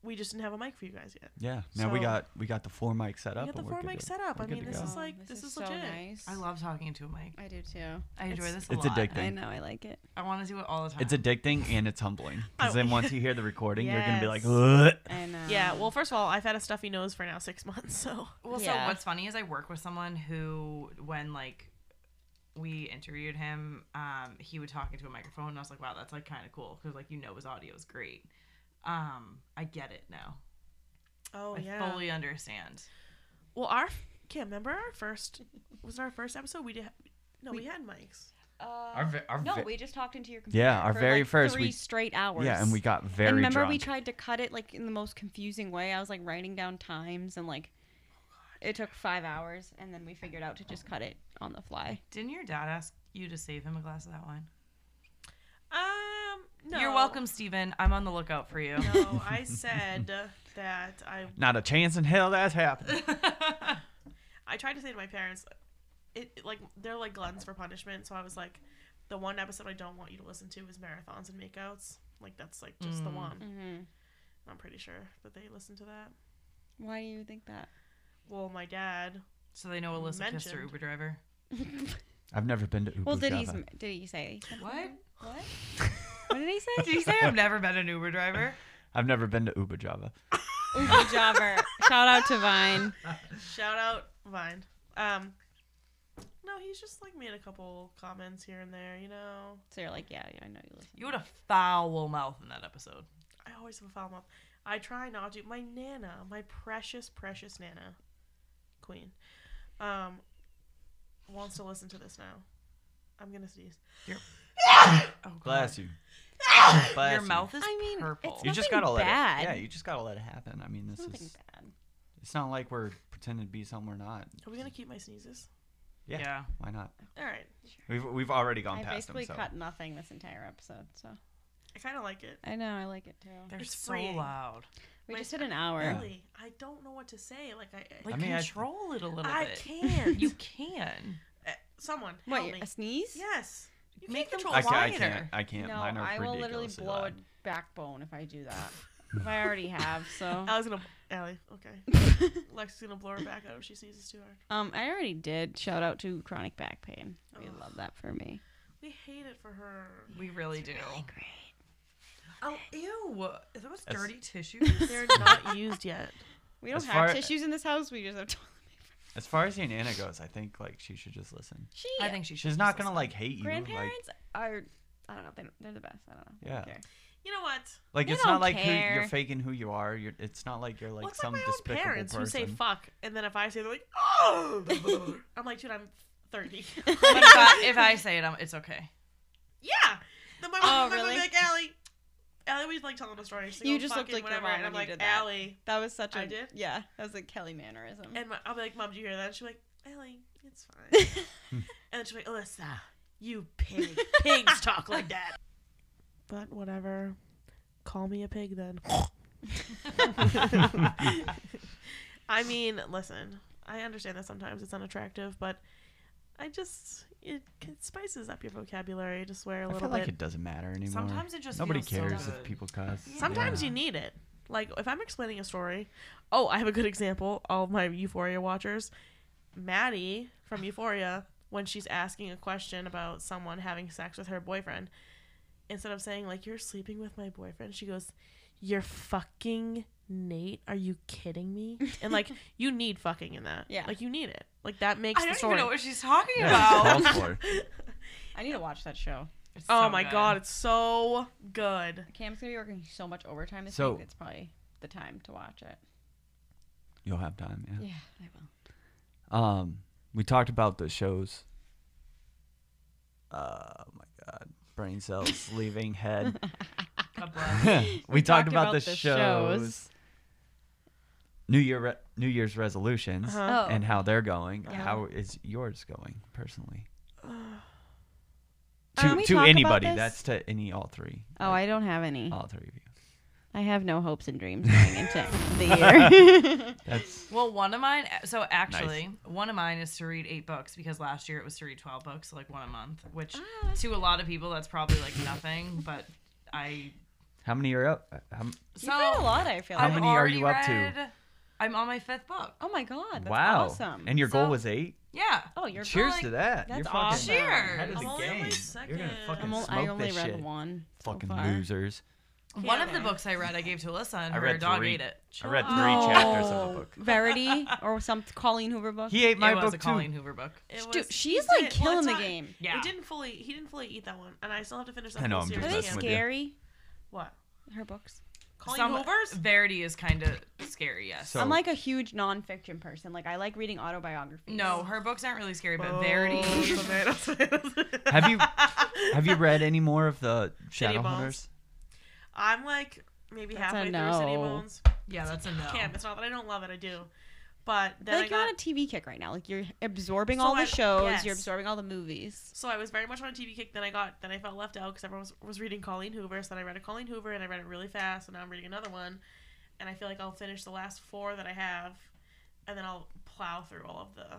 we just didn't have a mic for you guys yet.
yeah. Now we
so-
got we got the four mic set up.
We got the
and we're
four
good
mic
to-
set up.
we're
I
good
mean,
to
this
go.
is like this, is, legit.
so nice.
I love talking to a mic.
I do too.
I enjoy
It's-
this a
It's
lot.
addicting.
I know. I like it.
I want to do it all the time.
It's addicting and it's humbling.
Oh,
Because then once you hear the recording, you're gonna be like,
yes.
Ugh.
I know.
Yeah. Well, first of all, I've had a stuffy nose for now six months, so
Well,
Yeah.
so what's funny is I work with someone who, when like we interviewed him, um, he would talk into a microphone, and I was like, wow, that's like kind of cool because like you know his audio is great. Um, I get it now.
Oh
I
yeah.
fully understand.
Well, our can't remember our first was it our first episode. We did no, we, had mics.
Uh,
Our, ve- our
no,
ve-
we just talked into your computer.
Yeah, our
for,
very
like,
first
three
we-
straight hours.
Yeah, and we got very
and remember
drunk.
we tried to cut it like in the most confusing way. I was like writing down times and like
Oh,
it took five hours, and then we figured out to just cut it on the fly.
Didn't your dad ask you to save him a glass of that wine?
Um, no.
You're welcome, Steven. I'm on the lookout for you.
No, I said that I
Not a chance in hell that's happened.
I tried to say to my parents, it it, like they're like gluttons for punishment. So I was like, the one episode I don't want you to listen to is marathons and makeouts. Like that's like just the
Mm.
one.
Mm-hmm.
I'm pretty sure that they listened to that.
Why do you think that?
Well, my dad.
so they know Alyssa kissed her
Mentioned.
Uber driver.
I've never been to Ubu
well, did he
Java.
did he say something?
What?
What? what did he say?
Did you say I've never been an Uber driver?
I've never been to Ubu Java.
Uber jobber. Shout out to Vine.
Shout out Vine. Um, no, he's just like made a couple comments here and there. You know,
So you're like, yeah, yeah I know you listen.
You had a foul mouth in that episode.
I always have a foul mouth. I try not to. My nana, my precious, precious nana, queen, um, wants to listen to this now. I'm gonna sneeze.
Oh, God.
Bless you. Bless
Your
you.
mouth is
I mean,
purple.
it's
You
not-
just
Nothing
gotta let
bad.
it. Yeah, you just gotta let it happen. I mean, this
Something
is.
bad.
It's not like we're pretending to be something we're not.
Are we gonna keep my sneezes?
yeah. yeah.
Why not?
All right.
We've we've already gone
I
past
basically
them. So.
cut nothing this entire episode, so
I kind of like it.
I know I like it too.
They're
It's
so
freeing.
loud.
We
My-
just did an hour.
Really, I don't know what to say. Like I,
Like
I mean, I-
control it a little
I
bit.
can't.
You can.
Uh, someone
What?
help me.
A sneeze?
Yes. You
Make
can't
them
control
I,
why.
ca- I
wider.
can't. I can't.
No,
Mine are
I will literally
ridiculously
blow
loud.
a backbone if I do that. if I already have, so.
I was gonna. Allie, okay. Lex is gonna blow her back out if she sneezes too hard.
um, I already did. Shout out to chronic back pain. We
Ugh.
love that for me.
We hate it for her.
We really do.
Great.
Oh, ew. Are those
That's-
dirty tissues?
They're not used yet.
We don't
As
have
far-
tissues in this house. We just have. toilet paper.
As far as your nana goes, I think like she should just listen.
She.
I think she should.
She's not
just
gonna like hate you. Like,
grandparents are. I don't know. They, they're the best. I don't know. I don't
Yeah.
care.
You know what?
like
They
it's
don't
not like who,
care.
you're faking who you are. You're, it's not like you're like
Well, it's
some
like my own
despicable
parents
person.
who say fuck, and then if I say, they're like, oh. I'm like, dude, I'm 30. yeah.
listen. But if, I, if I say it, I'm, it's okay.
Then my
Oh,
mom, my mom
really?
would be like, Allie. Allie was like telling the story. She's like,
You
"Oh,
just
fuck
looked
it,
like your
whatever.
mom
And I'm
when you
like,
did that.
Allie.
That was such a.
I did?
Yeah, that was a Kelly mannerism.
And my, I'll be like, Mom, did you hear that? And she's like, Ellie, it's fine. and then she's like, Alyssa, you pig. Pigs talk like that. But whatever. Call me a pig then. I mean, listen, I understand that sometimes it's unattractive, but I just, it, it spices up your vocabulary to swear a
I
little
feel
bit.
like it doesn't matter anymore.
Sometimes it just
Nobody
feels so
cares if
good.
people cuss.
Sometimes
Yeah.
you need it. Like if I'm explaining a story, oh, I have a good example. All of my Euphoria watchers, Maddie from Euphoria, when she's asking a question about someone having sex with her boyfriend, instead of saying like "You're sleeping with my boyfriend," she goes, "You're fucking Nate. Are you kidding me?" And like you need fucking in that.
Yeah.
Like you need it. Like that makes
I
the
don't
story.
even know what she's talking
Yeah,
about.
it's called for.
I need to watch that show.
It's
oh
so
my
good.
god, it's so good.
Cam's gonna be working so much overtime this
So-
week. It's probably the time to watch it.
You'll have time. Yeah.
I will.
Um, we talked about the shows. Uh, my God, brain cells leaving head.
God bless.
we, talked about, the, shows. New Year, re- New Year's resolutions,
Uh-huh.
Oh.
and how they're going.
Yeah.
How is yours going personally? To
Can um, we
to
talk about
anybody,
this?
that's to any all three.
Oh,
like,
I don't have any.
all three of you.
I have no hopes and dreams going into the year.
That's
Well, one of mine. So actually, one of mine is to read eight books because last year it was to read twelve books, so like one a month. Which
Ah.
to a lot of people, that's probably like nothing. But I
how many are up? Uh, How, m-
You've read a lot, I feel.
How
like.
many- are you up to?
I'm on my fifth book.
Oh my god, that's
wow!
awesome.
And your goal
So-
was eight.
Yeah.
oh, you're
Cheers
fine.
to that!
that's
You're fucking uh,
awesome.
Cheers.
ahead of
I'm
the
only on my
game. You're gonna
second.
fucking
I'm only,
smoke
I only
this
read
shit.
one. so
Fucking
far.
losers.
One of the
Can't.
books I read, I gave to Alyssa, and
I
her
read
dog
three.
ate it.
I read three
Oh.
chapters of a book.
Verity or some Colleen Hoover book.
He ate my
it was
book
a
too.
Colleen Hoover book.
It
Dude,
was-
she's,
he did
like,
it one
killing the
time.
game.
Yeah.
He didn't fully. He didn't fully eat that one, and I still have to finish. The
I know,
whole
I'm
Are
series.
they
messing with you.
scary?
What?
Her books.
Colleen
Some-
Hoover's?
Verity is kind of scary. Yes.
So-
I'm like a huge nonfiction person. Like I like reading autobiographies.
no, her books aren't really scary,
Oh,
but Verity.
Have you have you read any more of the
City of
Shadowhunters?
I'm like maybe
That's a
halfway through City
no.
Bones.
Yeah, that's a no.
Can't. It's not that I don't love it. I do, but then
Like
I
you're
got
on a TV kick right now. Like you're absorbing
So
all the
I-
shows. You're
yes.
absorbing all the movies.
So I was very much on a TV kick. Then I got, then I felt left out because everyone was, was reading Colleen Hoover. So then I read a Colleen Hoover and I read it really fast. And now I'm reading another one, and I feel like I'll finish the last four that I have, and then I'll plow through all of the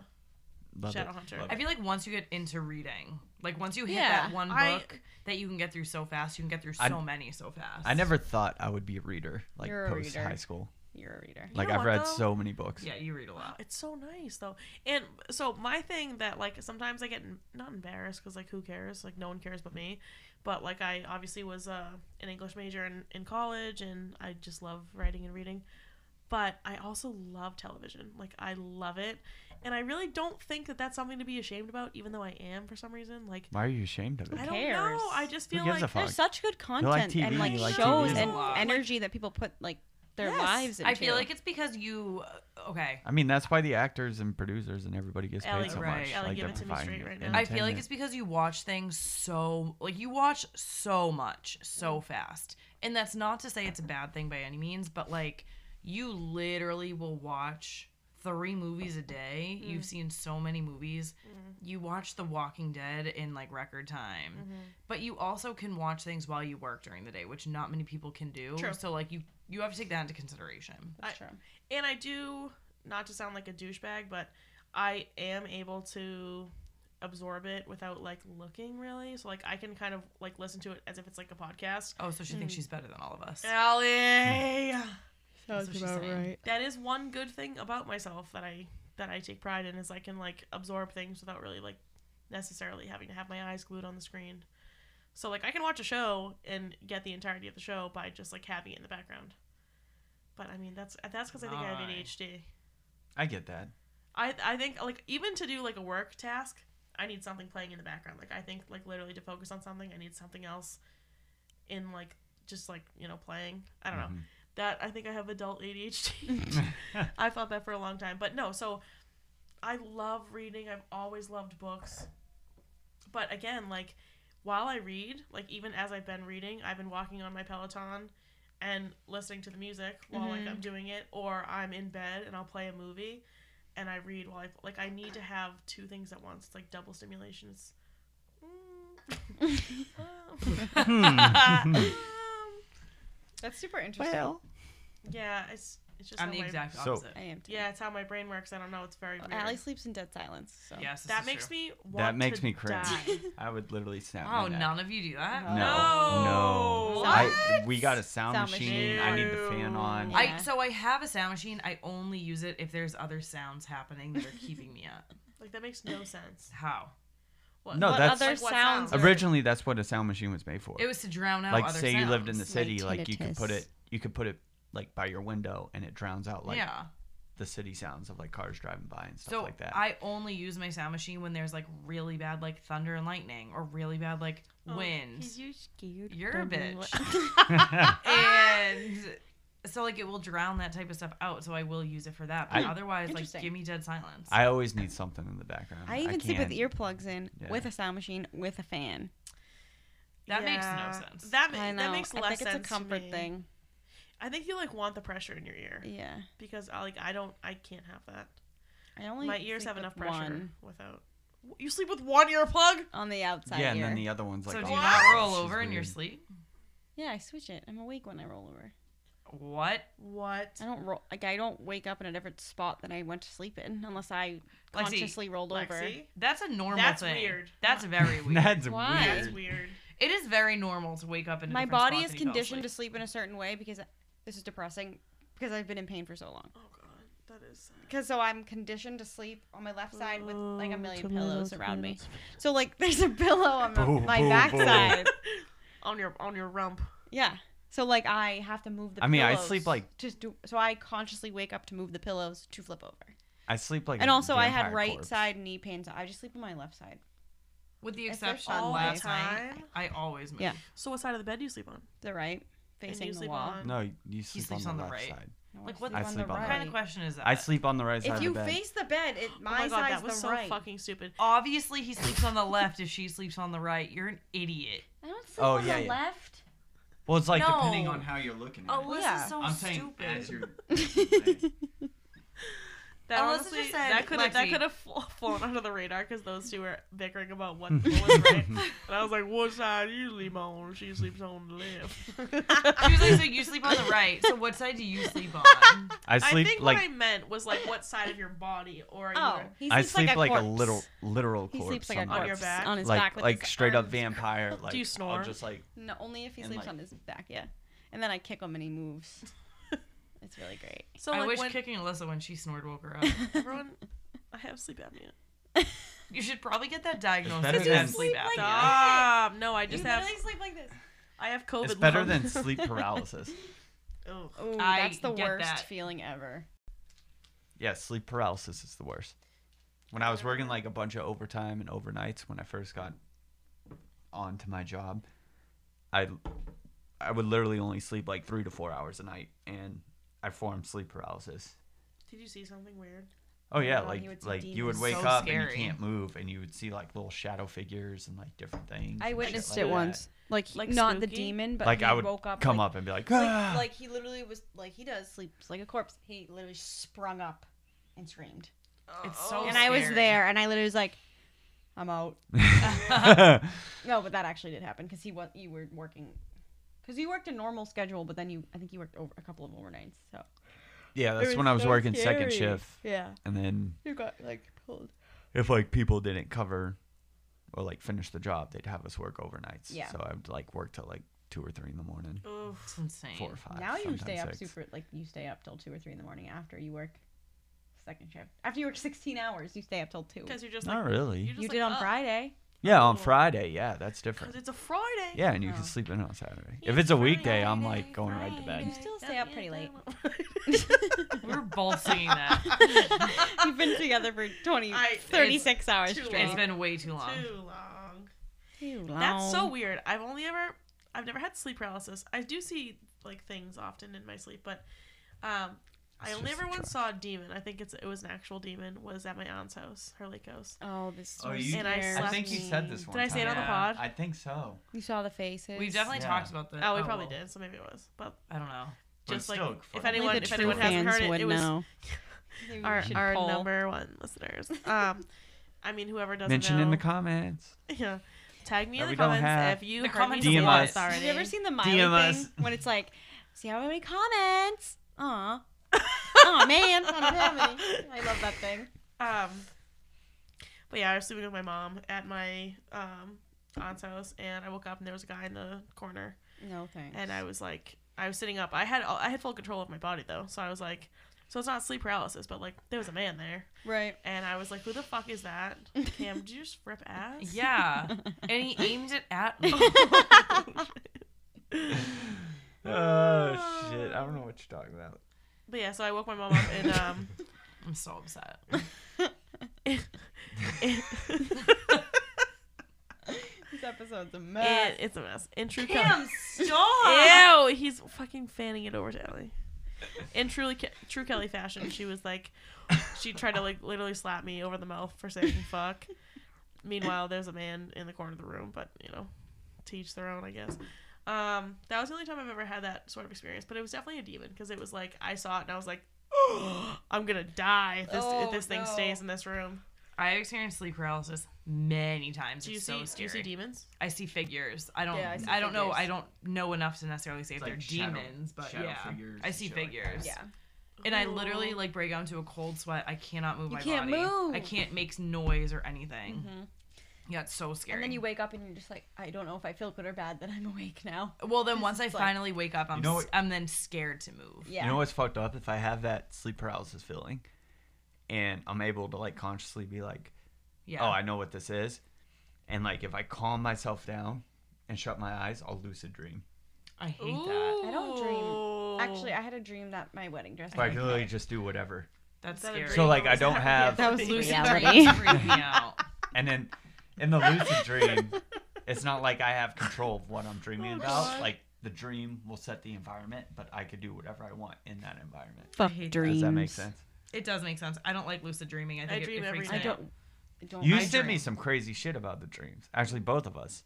Love it.
Shadowhunter.
I feel like once you get into reading, like once you hit
Yeah,
that one book
I-
that you can get through so fast, you can get through so
I-
many so fast.
I never thought I would be a reader, like
You're a
post
reader.
high school.
You're a reader.
You
Like
know
I've
what,
read
though?
so many books.
Yeah, you read a lot.
It's so nice though. And so my thing that like sometimes I get em- not embarrassed because like who cares? Like no one cares but me. But like I obviously was uh, an English major in, in college and I just love writing and reading. But I also love television. Like I love it. And I really don't think that that's something to be ashamed about, even though I am for some reason. Like
Why are you ashamed of it?
I
Who
don't
cares?
know. I just
Who
feel
gives a
like
fuck?
There's such good content
like
and
TV,
like
you like TV.
shows and
There's a lot.
energy that people put like their
Yes.
lives into.
I feel like it's because you. uh, Okay.
I mean, that's why the actors and producers and everybody gets
Ellie,
paid so
right.
much.
Ellie,
like
give
they're
it to me
providing
straight right now.
I feel like
entertainment.
it's because you watch things so like you watch so much so fast. And that's not to say it's a bad thing by any means, but like you literally will watch three movies a day. You've seen so many movies. You watch The Walking Dead in like record time. But you also can watch things while you work during the day, which not many people can do.
True.
So like you you have to take that into consideration.
That's true.
and I do not to sound like a douchebag, but I am able to absorb it without like looking really. So like I can kind of like listen to it as if it's like a podcast.
Oh, so she thinks she's better than all of us.
Allie,
That's what she's saying.
that is one good thing about myself that I that I take pride in is I can like absorb things without really like necessarily having to have my eyes glued on the screen. So like I can watch a show and get the entirety of the show by just like having it in the background. But I mean that's that's because I think I have
Aye.
ADHD.
I get that.
I I think like even to do like a work task, I need something playing in the background. Like I think like literally to focus on something, I need something else in like just like, you know, playing. I don't
Mm-hmm.
know. That I think I have adult ADHD.
Mm-hmm.
I felt that for a long time. But no, so I love reading. I've always loved books. But again, like while I read, like even as I've been reading, I've been walking on my Peloton and listening to the music while like
Mm-hmm.
I'm doing it or I'm in bed and I'll play a movie and I read while I like I need to have two things at once. It's like double stimulation. It's mm,
Hmm.
um, um,
That's super interesting.
Well,
yeah, it's it's just
I'm
how
the
my-
exact
So-
opposite.
I am too.
yeah, it's how my brain works. I don't know. It's very
Well,
weird.
Allie sleeps in dead silence. So.
Yes, this
that
is
makes
true.
me want
that makes
to
me cringe.
die.
I would literally snap.
Oh,
my neck.
none of you do that.
No.
No.
No.
What?
I, we got a sound,
Sound
machine. I need the
machine.
fan on.
Yeah.
I so I have a sound machine. I only use it if there's other sounds happening that are keeping me up.
Like that makes no sense.
How?
What,
No,
what
that's-
other sounds?
I-
Originally, that's what a sound machine was made for.
It was to drown out
like,
other
say
sounds.
you lived in the
Like
city, like, you could put
tinnitus.
it, you could put it like by your window, and it drowns out like
yeah.
the city sounds of like cars driving by and stuff
So
like that.
I only use my sound machine when there's like really bad like thunder and lightning or really bad like
Oh,
wind.
Cause you're scared.
You're a
dumb.
bitch. and so like it will drown that type of stuff out. So I will use it for that. But
I-
otherwise, like
Interesting.
give me dead silence.
I always need something in the background.
I even sleep with
can't-
earplugs in,
Yeah.
with a sound machine, with a fan.
that
Yeah.
makes no sense.
That, ma-
I know.
that makes
I
less
think it's
sense.
a
to
comfort
me.
thing.
I think you like want the pressure in your ear
Yeah.
because I like I don't I can't have that.
I only
My ears
sleep
have
with
enough pressure
one
without. You sleep with one earplug?
on the outside
Yeah, and
ear.
then the other one's like.
so do
on
you
the
not
outside.
roll
It's
over in your
weird.
sleep?
yeah, I switch it. I'm awake when I roll over.
What?
What?
I don't roll like I don't wake up in a different spot than I went to sleep in unless I
Lexi,
consciously rolled over.
Lexi?
That's a normal
That's
thing.
weird.
That's very weird.
That's
Why?
weird.
That's weird.
It is very normal to wake up in. A
My
different
body
spot
is
than you fell
conditioned to
asleep.
sleep in a certain way because this is depressing because I've been in pain for so long.
Oh god, that is.
Because so I'm conditioned to sleep on my left side with like a
Oh,
million
tomato,
pillows around me.
tomatoes.
So like there's a pillow on my,
Boo,
my
boo,
backside.
on your on your rump.
Yeah. So like I have to move the.
I mean, I
pillows
sleep, like-
just do. So I consciously wake up to move the pillows to flip over.
I sleep like.
And
a
also, I had
vampire
right
corpse.
side knee pain, so I just sleep on my left side,
With the
If there's
exception
sunlight.
last
Time?
night, I always move.
Yeah.
So what side of the bed do you sleep on?
the right
And
facing
you
the
sleep
wall.
on-
No, you sleep
sleeps
on,
on the
the, left
right. Uh,
side.
No,
Like, what-
I sleep on
What kind of question is that?
I sleep on the right side
If you
of the bed.
face the bed, it
Oh my
my,
god,
side's
that was
the
so
right.
fucking stupid.
Obviously, he sleeps on the left if she sleeps on the right. You're an idiot.
I don't sleep
Oh,
on
yeah,
the
yeah.
left.
well, it's like
No.
depending on.
how you're looking at
Alyssa's
Yeah.
so
I'm saying
uh,
stupid.
as you're.
That
Alyssa
honestly,
just said,
that could have that
Lexi.
could have flown under the radar because those two were bickering about what was right, and I was like, "What side you sleep on? She sleeps on the left."
She was like, so you sleep on the right. So what side do you sleep on?
I sleep
I think
like
what I meant was like what side of your body or
Oh,
your
he
I
sleeps
sleep like a,
corpse.
literal literal
He
corpse.
sleeps like a
sometimes.
On
corpse
your back?
on his back,
Like
with
like
his
straight up
arms-
vampire. Like
you snore?
I'll just like
No, only if he
and,
sleeps
like-
on his back. Yeah, and then I kick him and he moves. it's really great.
so
I
like
wish
when
kicking Alyssa when she snored woke her up.
everyone, I have sleep apnea.
You should probably get that
better
diagnosed
than
and sleep
sleep
apnea.
like
Stop! Ah, No, I just
you
have
literally sleep like this.
I have COVID.
it's better
lung.
than sleep paralysis.
Ugh.
Oh,
I
that's the
get
worst
that.
feeling ever.
Yeah, sleep paralysis is the worst. When I was working like a bunch of overtime and overnights when I first got onto my job, I I would literally only sleep like three to four hours a night, and I formed sleep paralysis.
Did you see something weird?
Oh yeah,
Oh,
like
you would see
like you would
demons.
wake
So
up
scary.
and you can't move, and you would see like little shadow figures and like different things. and
I
shit
witnessed
like
it
that.
once, like,
Like
not the
spooky?
demon, but
Like
he
I would
woke up,
come
like,
up and be like,
like,
"Ah!"
like he literally was like he does sleeps like a corpse. He literally sprung up and screamed,
It's
Oh.
so
and I was
scary.
there, and I literally was like, "I'm out." No, but that actually did happen because he was you were working, because you worked a normal schedule, but then you I think you worked over a couple of overnights. So
yeah, that's
was
when I was
so
working second
scary.
shift,
yeah,
and then
you got like pulled.
if like people didn't cover or like finish the job, they'd have us work overnights.
Yeah.
So I'd like work till like two or three in the morning,
Ugh.
It's insane.
four or five.
now you
sometimes
stay up
six.
super like you stay up till two or three in the morning after you work second shift. After you work sixteen hours, you stay up till two.
Because you're just
Not
like
really.
you're just
You
like,
did on
up.
Friday.
yeah, on
Oh.
Friday. Yeah, that's
'Cause
different.
it's a Friday.
Yeah, and you
Oh.
can sleep in on Saturday. If it's a weekday, I'm like going right to
You
bed.
still stay up pretty late.
We were both seeing that.
You've been together for 20,
I-
36 hours
too
straight.
It's been way too long.
Too long.
Too long.
That's
Um,
so weird. I've only ever I've never had sleep paralysis. I do see like things often in my sleep, but um I
It's
only
just
ever
a
once
drug.
saw a demon. I think it's it was an actual demon. Was at my aunt's house, her lake house.
Oh, this
Oh,
was
you-
And I
scary.
slept- I think
you said this one
Did I say it on the
Yeah.
pod?
I think so.
You saw the faces.
We've definitely
Yeah.
talked about this.
oh, we probably
well,
did. So maybe it was. But
I don't know.
But
just
it's
like
still
if
funny.
anyone
Only the
if
true
anyone hasn't
fans
heard
would
it, it was
know.
our,
should
our
poll.
number one listeners. Um, I mean whoever doesn't
Mention in
know-
the comments.
yeah. Tag me
that
in
we
the
don't
comments
have.
if you
The
heard
comments
me say
DM
that
us.
already.
Have you ever seen the Miley
DM us.
thing when it's like, see how many comments? Aw. Aw, man. I don't have any. I love that thing.
Um, but yeah, I was sleeping with my mom at my um, aunt's house, and I woke up and there was a guy in the corner,
No, thanks.
and I was like, I was sitting up. I had I had full control of my body though, so I was like, so it's not sleep paralysis, but like there was a man there,
Right.
and I was like, who the fuck is that? Cam, did you just rip ass?
Yeah. and he aimed it at me.
Oh shit! I don't know what you're talking about.
But yeah, so I woke my mom up and um.
I'm so upset.
This episode's a
It, it's a mess. In true color.
stop.
Ew, he's fucking fanning it over to Ellie. In truly Ke- true Kelly fashion, she was like, she tried to like literally slap me over the mouth for saying fuck. Meanwhile, there's a man in the corner of the room, but you know, teach their own, I guess. Um, that was the only time I've ever had that sort of experience, but it was definitely a demon because it was like I saw it and I was like, I'm gonna die if this, if
Oh,
this thing
no.
stays in this room.
I've experienced sleep paralysis many times.
Do you
it's
see
so
do you
scary.
see demons?
I see figures. I don't.
Yeah, I
I,
see
don't know.
figures.
I don't know enough to necessarily say if
like
they're
shadow-
demons, but
shadow
yeah,
figures
I
and
see
shit like that.
figures.
Yeah.
and I
Ooh.
literally like break out into a cold sweat. I cannot move
You
my
can't
body. I
move. Mm-hmm.
can't make noise or anything. Yeah, it's so scary.
And then you wake up and you're just like, I don't know if I feel good or bad that I'm awake now.
well, then
this
once I
is, like-
finally wake up, I'm
know
s-
what-
I'm then scared to move.
Yeah.
You know what's fucked up? If I have that sleep paralysis feeling, and I'm able to like consciously be like,
Yeah.
"Oh, I know what this is," and like if I calm myself down and shut my eyes, I'll lucid dream.
I hate that.
I don't
Ooh.
dream. Actually,
Oh.
I had a dream that my wedding dress.
But I can literally just do whatever.
That's
Is that a
scary.
dream?
So, like,
What
I
was
don't have-
Yeah,
That was
baby.
Lucy.
Lucid
reality.
dreams freak me out.
And then in the lucid dream, it's not like I have control of what I'm dreaming
Oh,
about.
God.
Like the dream will set the environment, but I could do whatever I want in that environment.
Fuck
hate that.
dreams.
Does that make sense?
It does make sense. I don't like lucid dreaming. I
I
think it,
dream
it
every
freaks
night.
I
me out.
don't. I don't.
You
I
sent me
dream.
some crazy shit about the dreams. Actually, both of us.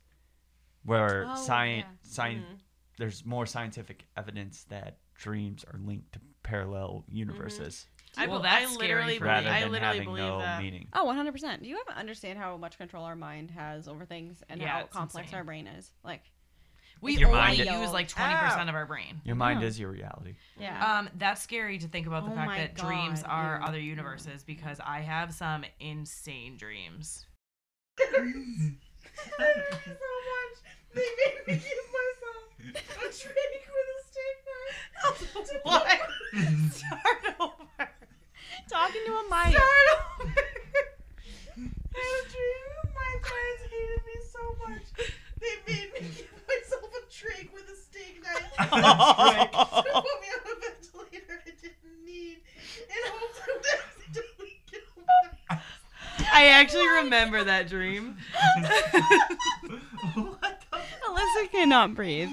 Where
Oh,
science,
yeah.
science,
Mhm.
there's more scientific evidence that dreams are linked to parallel universes
I,
Well,
bel- I
that's scary
literally
for
believe,
rather
Mm-hmm. I
than
literally
having
believe
no
that.
meaning.
Oh, 100%. Do you ever understand how much control our mind has over things and
Yeah,
how
it's
complex
insane.
our brain is? Like,
We
Your
only
mind-
use like twenty percent of our brain.
Your mind
Oh.
is your reality.
yeah.
Um, that's scary to think about the
Oh
fact
my
that dreams
God,
are
yeah.
other universes because I have some insane dreams. What? Start over.
Talking to a mic.
over. I had a dream that my friends hated me so much they made me give myself a drink with a steak knife. They put me on a ventilator I didn't need and hoped I would accidentally kill myself. I actually remember that dream. what the
Alyssa cannot breathe.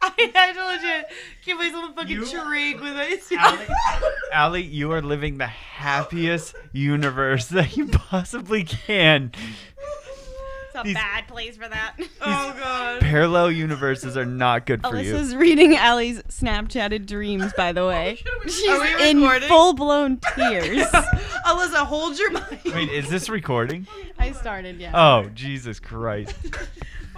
I had to legit give myself a fucking
You-
drink with my
Allie, you are living the happiest universe that you possibly can.
It's a
These-
bad place for that.
Oh god.
Parallel universes are not good for you.
Alyssa's reading Allie's Snapchatted dreams, by the way. She's
we
in
recording?
full blown tears.
Alyssa, hold your mic.
Wait, is this recording?
I started, yeah.
Oh, Jesus Christ.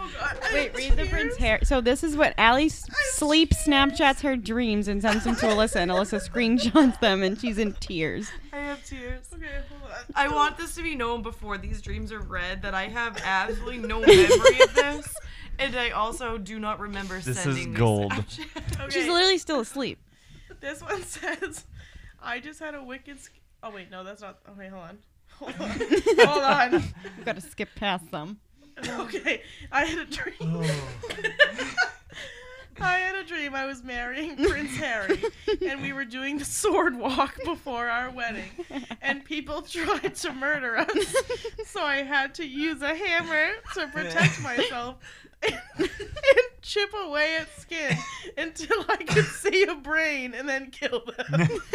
Oh,
Wait, read the Prince Harry. So this is what Allie s- sleep Snapchats her dreams and sends them to Alyssa, and Alyssa screenshots them, and she's in tears.
I have tears.
Okay, hold on.
I want this to be known before these dreams are read that I have absolutely no memory of this. And I also do not remember
This is
sending these
gold.
Snapchats.
Okay.
She's literally still asleep.
This one says, "I just had a wicked." Sc- oh wait, no, that's not. Okay, hold on. Hold on. hold on.
We've got to skip past them.
Okay, I had a dream. I had a dream I was marrying Prince Harry, and we were doing the sword walk before our wedding, and people tried to murder us. So I had to use a hammer to protect myself and, and chip away at skin until I could see a brain and then kill them.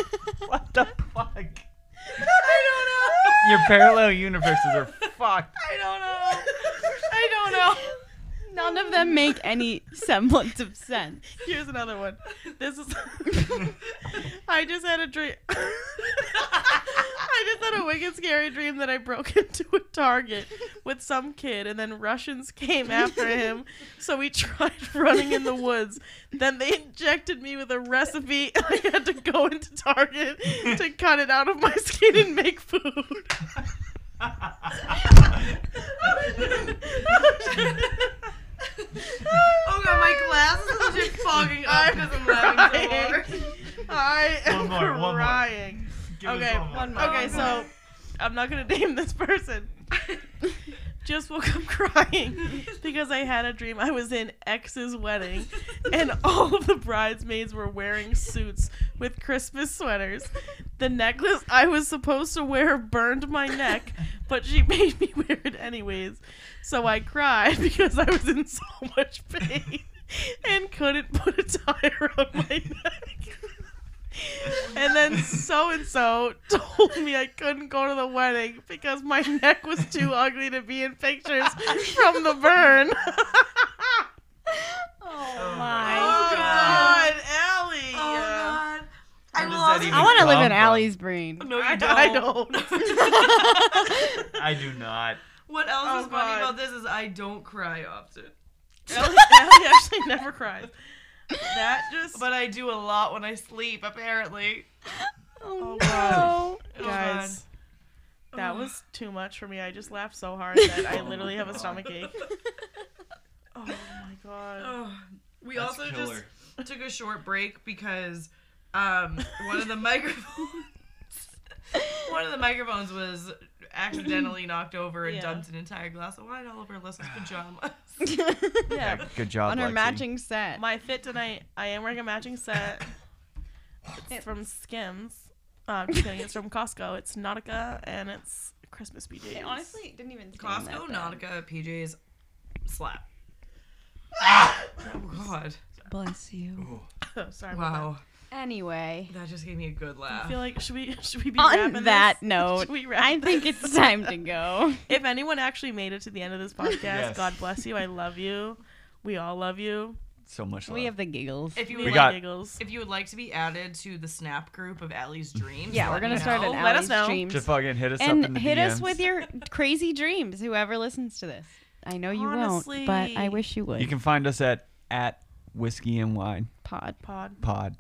what the fuck?
I don't know.
Your parallel universes are fucked.
I don't know. I don't know.
None of them make any semblance of sense.
Here's another one. This is. I just had a dream. I just had a wicked scary dream that I broke into a Target with some kid, and then Russians came after him. So we tried running in the woods. Then they injected me with a recipe. I had to go into Target to cut it out of my skin and make food.
Oh god, my glasses are legit fogging up because I'm laughing so hard.
I
One
am
more, one more.
crying. Okay, okay, so I'm not gonna name this person. Just woke up crying because I had a dream I was in X's wedding and all of the bridesmaids were wearing suits with Christmas sweaters. The necklace I was supposed to wear burned my neck, but she made me wear it anyways. So I cried because I was in so much pain and couldn't put a tie around my neck. And then so and so told me I couldn't go to the wedding because my neck was too ugly to be in pictures from the burn.
Oh
oh God, Allie!
Oh god. I'm
does
lost.
that even-
I want to live
Dumb,
in
dumb.
Allie's brain.
No, you
I,
don't.
I don't.
I do not.
What else
Oh,
is funny
God.
about this is I don't cry often.
Allie, Allie actually never cries. That just
But I do a lot when I sleep, apparently.
Oh,
God.
Oh,
guys. That was too much for me. I just laughed so hard that I literally have a stomach ache. Oh my god.
Oh, we
That's
also
killer.
just took a short break because um, one of the microphones, one of the microphones was accidentally knocked over and
Yeah.
dumped an entire glass of wine all over Alyssa's pajamas.
Yeah.
Good job,
on her
Lexi.
matching set.
My fit tonight, I am wearing a matching set. It's from Skims. Uh, I'm just kidding. It's from Costco. It's Nautica and it's Christmas BJs.
it honestly didn't even Oh, sting
Costco,
that bad.
Nautica, PJs, slap. oh God!
Bless you.
sorry. Wow.
Wow,
Anyway,
that just gave me a good
I
laugh.
feel like should we should we be wrapping
on
this?
that
Should
note,
we wrap
I think
this?
it's time to go.
if anyone actually made it to the end of this podcast, God bless you. I love you. We all love you.
So much love.
We have the giggles.
if you
We,
would
got
like,
giggles.
if you would like to be added to the Snap group of Allie's dreams,
Yeah, we're
let
gonna
me
start
know.
an
Let
Allie's
us know.
dreams.
to fucking hit us up in
and
the
hit us
DMs.
with your crazy dreams. Whoever listens to this, I know you won't, but I
Honestly.
wish you would.
You can find us at at whiskey and wine
pod.
Pod.
pod.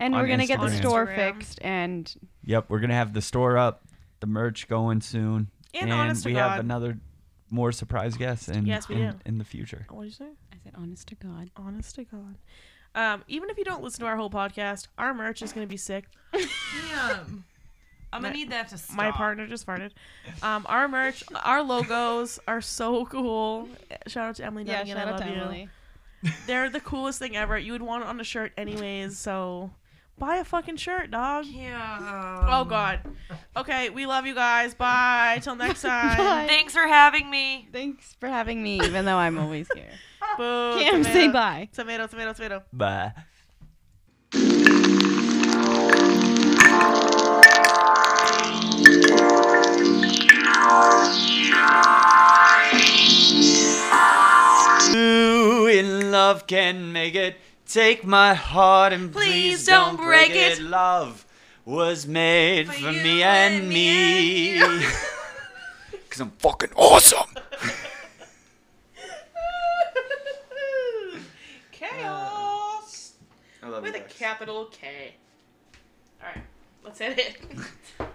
And
on
we're gonna get the
Instagram.
store
Instagram.
fixed, and
Yep, we're gonna have the store up, the merch going soon,
And honest to
we
God-
have another more surprise guest in
Yes, we
in,
do.
in the future.
What did you say?
I said, honest to God,
Honest to God. Um, even if you don't listen to our whole podcast, our merch is going to be sick.
Damn. I'm
My-
gonna need that to stop.
My partner just farted. Um, our merch, our logos are so cool. Shout out to Emily
yeah,
Duggan.
shout
I
out
love
to
you.
Emily.
They're the coolest thing ever. You would want it on a shirt anyways, so buy a fucking shirt, dog.
Yeah.
Oh God. Okay, we love you guys. Bye. Till next time.
Bye.
Thanks for having me.
Thanks for having me, even though I'm always here.
Boo.
Cam,
tomato,
say bye.
Tomato. Tomato. Tomato.
Bye. Two in love can make it. Take my heart and please, don't, break it. Love was made for, me and me. Cause I'm fucking awesome.
Chaos
I love
with a
guys.
capital K. All right, let's hit it.